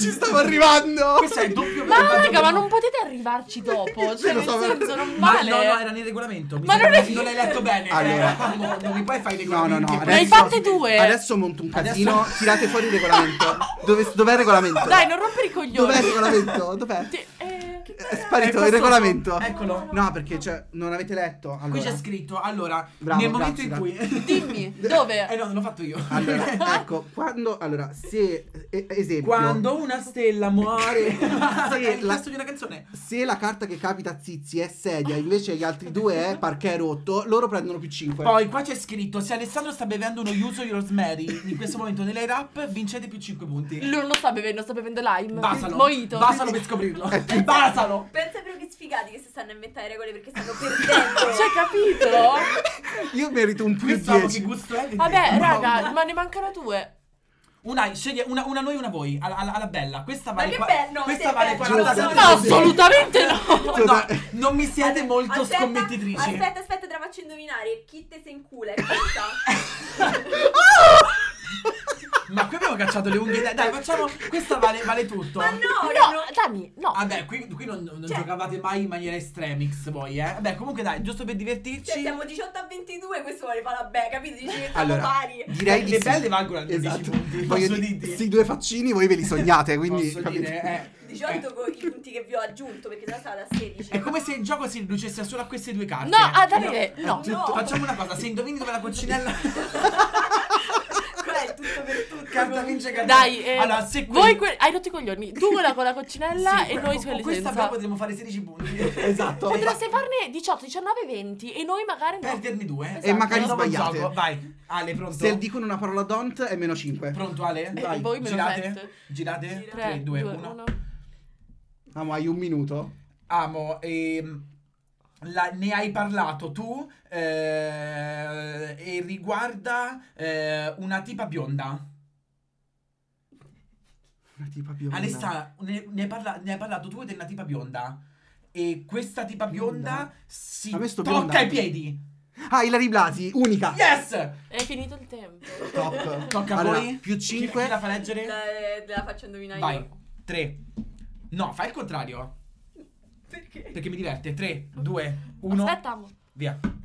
[SPEAKER 2] Ci stavo arrivando!
[SPEAKER 6] Questo è il doppio
[SPEAKER 4] Ma
[SPEAKER 6] vantaggio
[SPEAKER 4] raga,
[SPEAKER 6] per-
[SPEAKER 4] ma non potete arrivarci dopo.
[SPEAKER 2] Io
[SPEAKER 4] Cioè,
[SPEAKER 2] lo
[SPEAKER 4] nel
[SPEAKER 2] so, ma-
[SPEAKER 4] senso, non
[SPEAKER 6] Ma
[SPEAKER 4] vale.
[SPEAKER 6] no, no, era nel regolamento. Mi
[SPEAKER 4] Ma
[SPEAKER 6] sembra
[SPEAKER 4] non è-
[SPEAKER 6] che non l'hai letto bene.
[SPEAKER 2] Allora.
[SPEAKER 6] Eh, amo, non mi puoi fare i
[SPEAKER 2] No, no,
[SPEAKER 6] regolamenti.
[SPEAKER 2] no.
[SPEAKER 6] e poi-
[SPEAKER 4] Ne hai fatte due.
[SPEAKER 2] Adesso monto un casino.
[SPEAKER 6] Adesso-
[SPEAKER 2] Tirate fuori il regolamento. Dove, dov'è il regolamento?
[SPEAKER 4] Dai, non rompere i
[SPEAKER 6] <laughs>
[SPEAKER 2] Dov'è il
[SPEAKER 4] coglioni.
[SPEAKER 2] regolamento? Dov'è?
[SPEAKER 4] Ti- eh,
[SPEAKER 2] È
[SPEAKER 6] È
[SPEAKER 2] sparito
[SPEAKER 6] passato.
[SPEAKER 2] il regolamento.
[SPEAKER 6] Eccolo.
[SPEAKER 2] No, perché cioè, non avete letto.
[SPEAKER 6] Qui c'è
[SPEAKER 2] Allora,
[SPEAKER 6] scritto, allora,
[SPEAKER 2] Bravo,
[SPEAKER 6] nel momento in
[SPEAKER 2] grazie,
[SPEAKER 6] cui... <laughs>
[SPEAKER 4] Dimmi, dove?
[SPEAKER 6] Eh no, non l'ho fatto io.
[SPEAKER 2] allora ecco, quando. Allora, se. e- esempio.
[SPEAKER 6] <laughs> Quando una stella
[SPEAKER 2] <laughs>
[SPEAKER 6] muore...
[SPEAKER 2] Sì,
[SPEAKER 6] è il
[SPEAKER 2] la-
[SPEAKER 6] testo di una canzone.
[SPEAKER 2] Se la carta che capita a Zizi è sedia, invece gli altri due è parquet rotto, loro prendono più 5.
[SPEAKER 6] Poi qua c'è scritto, se Alessandro sta bevendo uno Yuzu di Rosemary, in questo momento nelle rap, vincete più 5 punti.
[SPEAKER 4] Lui non lo sta bevendo, sta bevendo lime.
[SPEAKER 6] Basalo.
[SPEAKER 4] Mojito.
[SPEAKER 6] Basalo per scoprirlo. Basalo.
[SPEAKER 5] Pensa però che sfigati che si stanno a inventare regole perché stanno perdendo.
[SPEAKER 4] <laughs> Cioè, capito?
[SPEAKER 2] Io merito un più
[SPEAKER 6] Pensavo che
[SPEAKER 2] 10.
[SPEAKER 6] gusto è.
[SPEAKER 4] Vabbè,
[SPEAKER 6] Mamma.
[SPEAKER 4] raga, ma ne mancano due.
[SPEAKER 6] Una, sceglie una, una noi, una voi. Alla, alla- alla bella. Questa vale.
[SPEAKER 5] che
[SPEAKER 6] qua-
[SPEAKER 5] bello,
[SPEAKER 6] Questa
[SPEAKER 5] che
[SPEAKER 6] vale
[SPEAKER 5] bello.
[SPEAKER 6] 47
[SPEAKER 4] No,
[SPEAKER 2] Giusto.
[SPEAKER 6] punti.
[SPEAKER 4] assolutamente no.
[SPEAKER 2] Cioè,
[SPEAKER 6] No,
[SPEAKER 2] dai.
[SPEAKER 6] non mi siete molto
[SPEAKER 5] Aspetta,
[SPEAKER 6] scommettitrici.
[SPEAKER 5] Aspetta, aspetta, te la faccio indovinare. Chi te se incula è questa?
[SPEAKER 6] Ma qui abbiamo cacciato le unghie. Dai, dai, facciamo. Questa vale, vale tutto.
[SPEAKER 5] Ma no,
[SPEAKER 4] No, Dani, no.
[SPEAKER 6] Vabbè, qui, qui non, non
[SPEAKER 5] Cioè-
[SPEAKER 6] giocavate mai in maniera estremix voi, eh. Vabbè, comunque dai, giusto per divertirci.
[SPEAKER 5] Cioè, siamo 18 a 22, questo vuole fare la beh, capito? Dici che siamo
[SPEAKER 2] Allora,
[SPEAKER 5] pari.
[SPEAKER 2] direi di sì.
[SPEAKER 6] le
[SPEAKER 2] Esatto.
[SPEAKER 6] belle valgono almeno 10 punti.
[SPEAKER 2] Voglio
[SPEAKER 6] posso
[SPEAKER 2] di-
[SPEAKER 6] dirti?
[SPEAKER 2] sì, due faccini, voi ve li sognate, quindi
[SPEAKER 6] Posso
[SPEAKER 2] capite?
[SPEAKER 6] dire, eh.
[SPEAKER 5] 18 con i punti che vi ho aggiunto perché sono stata a 16.
[SPEAKER 6] È come se il gioco si riducesse solo a queste due carte.
[SPEAKER 4] No, a Davide,
[SPEAKER 5] No,
[SPEAKER 4] no.
[SPEAKER 5] no.
[SPEAKER 2] <laughs>
[SPEAKER 6] Facciamo una cosa, se indovini dove è la coccinella
[SPEAKER 5] Quello.
[SPEAKER 3] tutto per tutto.
[SPEAKER 6] Carta vince, carta
[SPEAKER 4] Dai, eh,
[SPEAKER 6] Allora, se
[SPEAKER 4] voi
[SPEAKER 6] que-
[SPEAKER 4] que- hai rotto i coglioni. Tu quella con la coccinella
[SPEAKER 6] Sì, que-
[SPEAKER 4] e noi
[SPEAKER 6] con
[SPEAKER 4] con le
[SPEAKER 6] questa
[SPEAKER 4] senza.
[SPEAKER 6] però potremmo fare 16 punti.
[SPEAKER 2] <laughs> Esatto.
[SPEAKER 4] Potreste farne 18, 19, 20 e noi magari no.
[SPEAKER 6] Perderne due.
[SPEAKER 4] E magari
[SPEAKER 6] Nuovo
[SPEAKER 2] sbagliate.
[SPEAKER 6] gioco, Vai. Ale, pronto?
[SPEAKER 2] Se dicono una parola don't è meno 5.
[SPEAKER 6] Pronto, Ale?
[SPEAKER 4] E
[SPEAKER 6] Vai.
[SPEAKER 4] voi me lo
[SPEAKER 6] Girate.
[SPEAKER 4] fate.
[SPEAKER 6] Girate.
[SPEAKER 5] Gira.
[SPEAKER 6] 3, 2, 1.
[SPEAKER 2] Amo, hai un minuto.
[SPEAKER 6] Amo, ehm, la- ne hai parlato tu eh, e riguarda eh, una tipa bionda.
[SPEAKER 2] Una tipa bionda.
[SPEAKER 6] Alessa, ne, ne hai parla- ne hai parlato tu ed è una tipa bionda. E questa tipa bionda,
[SPEAKER 2] Bionda?
[SPEAKER 6] si
[SPEAKER 2] A me sto
[SPEAKER 6] tocca
[SPEAKER 2] bionda.
[SPEAKER 6] ai piedi.
[SPEAKER 2] Ah, Ilari Blasi,
[SPEAKER 4] <laughs>
[SPEAKER 2] unica.
[SPEAKER 6] Yes!
[SPEAKER 4] È finito il tempo.
[SPEAKER 2] Top.
[SPEAKER 6] Tocca a
[SPEAKER 2] Allora,
[SPEAKER 6] voi.
[SPEAKER 2] Più
[SPEAKER 6] Chi, chi la
[SPEAKER 2] 5.
[SPEAKER 6] fa leggere?
[SPEAKER 5] La, Eh, la faccio indovinare
[SPEAKER 6] Vai.
[SPEAKER 5] io.
[SPEAKER 6] 3. No, fai il contrario.
[SPEAKER 5] Perché?
[SPEAKER 6] Perché mi diverte. 3, 2, 1.
[SPEAKER 4] Aspetta. amo.
[SPEAKER 6] Via. Uh.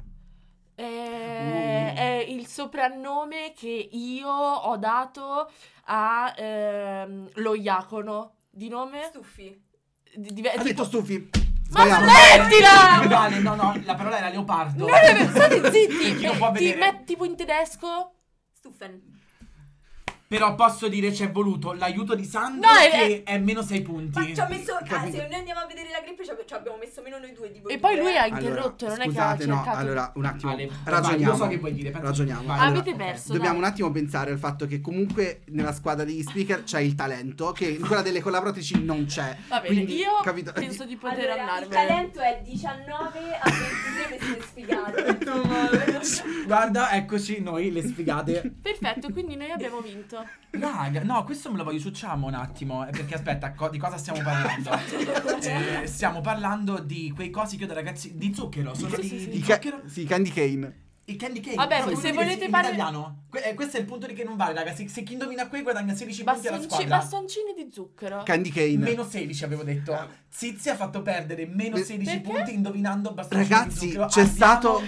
[SPEAKER 4] Eh, È il soprannome che io ho dato a ehm, lo Iacono. Di nome?
[SPEAKER 5] Stuffi.
[SPEAKER 4] Di, di-
[SPEAKER 2] Ha
[SPEAKER 4] tipo-
[SPEAKER 2] detto stufi.
[SPEAKER 4] Ma
[SPEAKER 2] Sbagliato.
[SPEAKER 4] smettila!
[SPEAKER 6] Vale, no, no, la parola era leopardo.
[SPEAKER 4] No,
[SPEAKER 6] <laughs>
[SPEAKER 4] no, no, state zitti!
[SPEAKER 6] Chi lo può
[SPEAKER 4] Eh, ti
[SPEAKER 6] vedere?
[SPEAKER 4] metti tipo in tedesco?
[SPEAKER 5] Stuffen.
[SPEAKER 6] Però posso dire c'è voluto l'aiuto di Sandro
[SPEAKER 4] No, è-
[SPEAKER 6] che è meno 6 punti.
[SPEAKER 5] Ma ci ha messo. Ah,
[SPEAKER 2] Capito.
[SPEAKER 5] se noi andiamo a vedere la grip, ci abbi- ci abbiamo messo meno noi due di voi.
[SPEAKER 4] E poi
[SPEAKER 5] due,
[SPEAKER 4] lui
[SPEAKER 5] eh.
[SPEAKER 4] ha interrotto, non è che ha
[SPEAKER 2] scusate, no,
[SPEAKER 4] cercato.
[SPEAKER 2] allora un attimo,
[SPEAKER 6] Ale,
[SPEAKER 2] ragioniamo.
[SPEAKER 6] vai, io so che vuoi dire, pensa-
[SPEAKER 2] ragioniamo.
[SPEAKER 6] vai.
[SPEAKER 2] Allora,
[SPEAKER 4] Avete perso.
[SPEAKER 2] Dobbiamo un
[SPEAKER 4] dai.
[SPEAKER 2] attimo pensare al fatto che comunque nella squadra degli speaker c'è il talento, che in quella delle collaboratrici non c'è.
[SPEAKER 4] Va bene,
[SPEAKER 2] Quindi,
[SPEAKER 4] io
[SPEAKER 2] capito?
[SPEAKER 4] penso di poter
[SPEAKER 5] Allora, il
[SPEAKER 4] andarmene.
[SPEAKER 5] talento è 19 a 23 queste sfigate. No,
[SPEAKER 6] Guarda, eccoci noi le sfigate.
[SPEAKER 4] Perfetto, quindi noi
[SPEAKER 6] <laughs>
[SPEAKER 4] abbiamo vinto.
[SPEAKER 6] Raga, no, questo me lo voglio succiamo un attimo, eh, perché aspetta, co- di cosa
[SPEAKER 4] <laughs>
[SPEAKER 6] stiamo parlando? Eh, stiamo parlando di quei cosi che io da ragazzi di zucchero, sono
[SPEAKER 4] Sì,
[SPEAKER 6] di,
[SPEAKER 4] sì, sì.
[SPEAKER 6] di
[SPEAKER 2] I ca-
[SPEAKER 6] zucchero.
[SPEAKER 2] sì, Candy Cane.
[SPEAKER 6] I candy cane.
[SPEAKER 4] Vabbè,
[SPEAKER 6] sono
[SPEAKER 4] se
[SPEAKER 6] quelli
[SPEAKER 4] volete
[SPEAKER 6] che- in
[SPEAKER 4] parla-
[SPEAKER 6] italiano. Que- eh, questo è il punto di che non vale, raga. Se, se chi indovina qui guadagna 16
[SPEAKER 4] Bastonci-
[SPEAKER 6] punti alla squadra.
[SPEAKER 4] bastoncini di zucchero.
[SPEAKER 2] Candy Cane.
[SPEAKER 6] Meno 16 avevo
[SPEAKER 2] Ah.
[SPEAKER 6] detto. Zizi ha fatto perdere meno
[SPEAKER 2] Beh,
[SPEAKER 6] 16
[SPEAKER 4] perché?
[SPEAKER 6] punti indovinando abbastanza.
[SPEAKER 2] Ragazzi, c'è stato-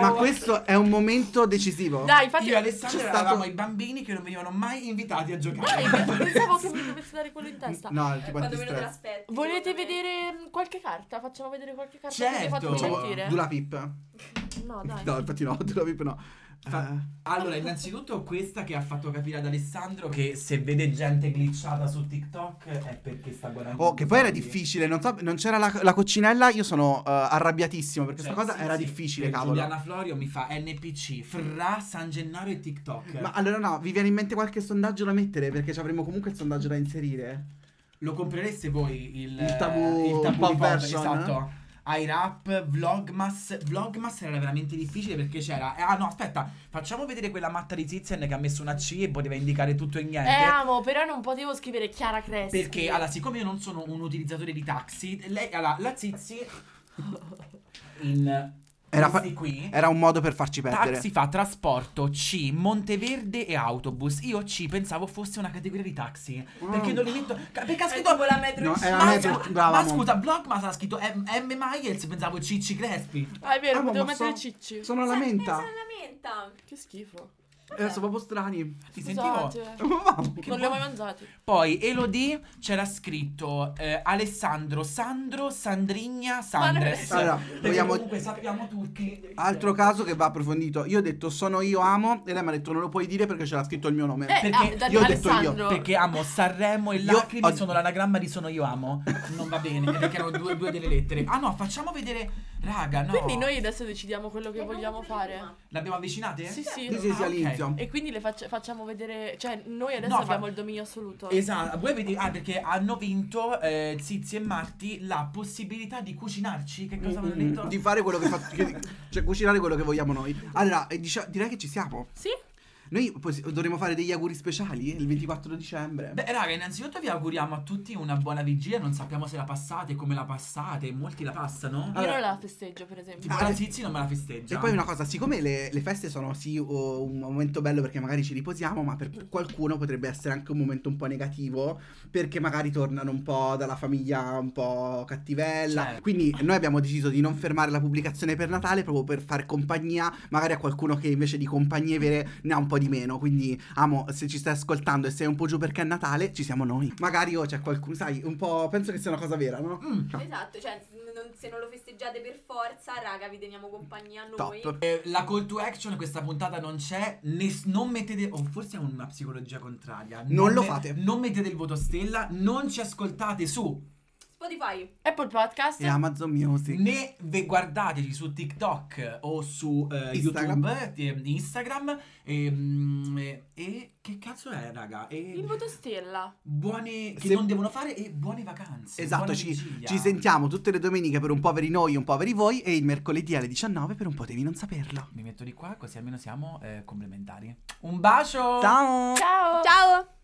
[SPEAKER 2] Ma questo è un momento decisivo.
[SPEAKER 4] Dai, infatti.
[SPEAKER 6] Io e Alessandro
[SPEAKER 2] c'è
[SPEAKER 6] eravamo
[SPEAKER 2] stato-
[SPEAKER 6] i bambini che non venivano mai invitati a giocare.
[SPEAKER 4] Dai, pensavo che mi dovesse dare quello in testa.
[SPEAKER 2] No, tipo
[SPEAKER 5] Quando meno te
[SPEAKER 2] antistress.
[SPEAKER 5] l'aspetti.
[SPEAKER 4] Volete
[SPEAKER 5] secondo me.
[SPEAKER 4] vedere mm, qualche carta? Facciamo vedere qualche carta
[SPEAKER 6] Certo.
[SPEAKER 4] che mi ha fatto Eh,
[SPEAKER 6] Facciamo
[SPEAKER 4] divertire.
[SPEAKER 2] Dula Pip.
[SPEAKER 4] No, dai.
[SPEAKER 2] No, infatti no, Dula Pip no.
[SPEAKER 6] Fa-
[SPEAKER 2] Eh,
[SPEAKER 6] Allora, innanzitutto questa che ha fatto capire ad Alessandro che se vede gente glitchata su TikTok è perché sta guardando.
[SPEAKER 2] Oh, che poi era
[SPEAKER 6] Sì.
[SPEAKER 2] difficile, non, so- non c'era la, la coccinella, io sono eh, arrabbiatissimo perché
[SPEAKER 6] Cioè,
[SPEAKER 2] questa cosa
[SPEAKER 6] sì,
[SPEAKER 2] era
[SPEAKER 6] sì,
[SPEAKER 2] difficile,
[SPEAKER 6] per
[SPEAKER 2] cavolo.
[SPEAKER 6] Giuliana Florio mi fa NPC, fra San Gennaro e TikTok.
[SPEAKER 2] Ma allora no, vi viene in mente qualche sondaggio da mettere? Perché ci avremo comunque il sondaggio da inserire.
[SPEAKER 6] Lo comprereste voi il, eh,
[SPEAKER 2] Il tabù-
[SPEAKER 6] il tabù
[SPEAKER 2] pop
[SPEAKER 6] di Pop,
[SPEAKER 2] version,
[SPEAKER 6] Esatto. I rap, Vlogmas. Vlogmas era veramente difficile perché c'era. eh, Ah no, aspetta, facciamo vedere quella matta di Tizian che ha messo una C e poteva indicare tutto e niente.
[SPEAKER 4] Eh, amo, però non potevo scrivere Chiara Crespi.
[SPEAKER 6] Perché, allora, siccome io non sono un utilizzatore di taxi, lei, allora, la Zizi
[SPEAKER 5] <laughs>
[SPEAKER 6] in
[SPEAKER 2] Era
[SPEAKER 6] questi
[SPEAKER 2] fa-
[SPEAKER 6] qui.
[SPEAKER 2] Era un modo per farci perdere.
[SPEAKER 6] Taxi fa trasporto C, Monteverde e autobus. Io C pensavo fosse una categoria di taxi.
[SPEAKER 2] Wow.
[SPEAKER 6] Perché non li metto. ca- Perché ha
[SPEAKER 5] Mm. È
[SPEAKER 6] scritto.
[SPEAKER 5] tipo la metro
[SPEAKER 2] No,
[SPEAKER 5] in
[SPEAKER 2] è la
[SPEAKER 5] Cina.
[SPEAKER 6] Ma,
[SPEAKER 2] metro.
[SPEAKER 6] scu-
[SPEAKER 2] brava,
[SPEAKER 6] ma
[SPEAKER 2] mo.
[SPEAKER 6] scusa, Blogmas ha scritto M. M. Myers, pensavo Cicci Crespi.
[SPEAKER 4] Ah, è vero,
[SPEAKER 2] Ah, ma
[SPEAKER 4] potevo
[SPEAKER 2] ma
[SPEAKER 4] mettere
[SPEAKER 2] so-
[SPEAKER 4] Cicci.
[SPEAKER 2] Sono alla
[SPEAKER 5] Sì,
[SPEAKER 2] menta.
[SPEAKER 5] pensa alla menta.
[SPEAKER 4] Che schifo.
[SPEAKER 2] Eh, sono proprio
[SPEAKER 6] <laughs>
[SPEAKER 2] strani.
[SPEAKER 6] Ti sentivo.
[SPEAKER 5] Esatto.
[SPEAKER 6] Oh,
[SPEAKER 4] Scusate.
[SPEAKER 6] Che
[SPEAKER 4] non li
[SPEAKER 6] buono.
[SPEAKER 4] ho mai mangiati. Eh,
[SPEAKER 6] Poi Elodie c'era scritto eh, Alessandro, Sandro, Sandrigna,
[SPEAKER 4] Ma non è
[SPEAKER 6] Sandres.
[SPEAKER 4] vero.
[SPEAKER 2] Allora,
[SPEAKER 6] Perché
[SPEAKER 2] vogliamo-
[SPEAKER 6] comunque sappiamo tutti.
[SPEAKER 2] Altro caso che va approfondito. Io ho detto sono io amo e lei mi ha detto non lo puoi dire perché c'era scritto il mio nome.
[SPEAKER 4] Eh,
[SPEAKER 6] Perché
[SPEAKER 4] ah, da-
[SPEAKER 2] io ho detto io,
[SPEAKER 4] Alessandro.
[SPEAKER 6] Perché amo Sanremo e
[SPEAKER 2] Io
[SPEAKER 6] lacrime
[SPEAKER 2] ho-
[SPEAKER 6] sono l'anagramma di sono io amo. Non va bene, perché erano due, due delle lettere. Ah no, facciamo vedere. Raga, no.
[SPEAKER 4] Quindi noi adesso decidiamo quello che
[SPEAKER 5] Abbiamo
[SPEAKER 4] vogliamo
[SPEAKER 5] fatto prima.
[SPEAKER 4] fare.
[SPEAKER 6] L'abbiamo avvicinate?
[SPEAKER 4] Sì, sì.
[SPEAKER 2] Sì, sì, sì,
[SPEAKER 6] Ah, ok.
[SPEAKER 2] all'inizio.
[SPEAKER 4] E quindi le faccia- facciamo vedere. Cioè, noi adesso
[SPEAKER 6] No, fa-
[SPEAKER 4] abbiamo il dominio assoluto.
[SPEAKER 6] Esatto, vuoi vedere? Ah, perché hanno vinto eh, Zizi e Marti la possibilità di cucinarci. Che cosa avevano detto?
[SPEAKER 2] Di fare quello che fa... che- cioè cucinare quello che vogliamo noi. Allora, eh, dicia- direi che ci siamo.
[SPEAKER 4] Sì?
[SPEAKER 2] Noi pos- dovremo fare degli auguri speciali eh, il 24 dicembre.
[SPEAKER 6] Beh, raga, innanzitutto vi auguriamo a tutti una buona vigilia. Non sappiamo se la passate, come la passate. Molti la passano.
[SPEAKER 4] Io
[SPEAKER 2] Allora-
[SPEAKER 4] non la festeggio, per esempio.
[SPEAKER 6] Tipo, la Zizi non me la festeggia.
[SPEAKER 2] Ah, eh. E poi una cosa, siccome le, le feste sono sì o un momento bello perché magari ci riposiamo, ma per qualcuno potrebbe essere anche un momento un po' negativo perché magari tornano un po' dalla famiglia un po' cattivella.
[SPEAKER 6] Certo.
[SPEAKER 2] Quindi noi abbiamo deciso di non fermare la pubblicazione per Natale proprio per far compagnia magari a qualcuno che invece di compagnie vere ne ha un po' po' di meno. Quindi, amo, se ci stai ascoltando e sei un po' giù perché è Natale, ci siamo noi. Magari oh, c'è qualcuno, sai, un po'. Penso che sia una cosa vera, no?
[SPEAKER 6] Mm.
[SPEAKER 2] No.
[SPEAKER 5] Esatto, cioè n- non- se non lo festeggiate per forza, raga, vi teniamo compagnia noi.
[SPEAKER 2] Top.
[SPEAKER 6] Eh, la call to action questa puntata non c'è, nes- non mettete, o forse è una psicologia contraria.
[SPEAKER 2] Non lo
[SPEAKER 6] me-
[SPEAKER 2] fate.
[SPEAKER 6] Non mettete il voto stella, non ci ascoltate su,
[SPEAKER 5] Spotify,
[SPEAKER 4] Apple Podcast.
[SPEAKER 2] E Amazon Music.
[SPEAKER 6] né ve guardateci su TikTok o su eh,
[SPEAKER 2] Instagram.
[SPEAKER 6] YouTube, eh, Instagram. E, mm, e- e che cazzo è raga? E
[SPEAKER 4] Il voto stella.
[SPEAKER 6] buone, che
[SPEAKER 2] Se-
[SPEAKER 6] non devono fare e buone vacanze.
[SPEAKER 2] Esatto,
[SPEAKER 6] buona
[SPEAKER 2] ci,
[SPEAKER 6] vigilia.
[SPEAKER 2] ci sentiamo tutte le domeniche per un poveri noi, un poveri voi e il mercoledì alle 19 per un potevi non saperlo.
[SPEAKER 6] Mi metto di qua così almeno siamo eh, complementari. Un bacio!
[SPEAKER 2] Ciao!
[SPEAKER 4] Ciao.
[SPEAKER 5] ciao!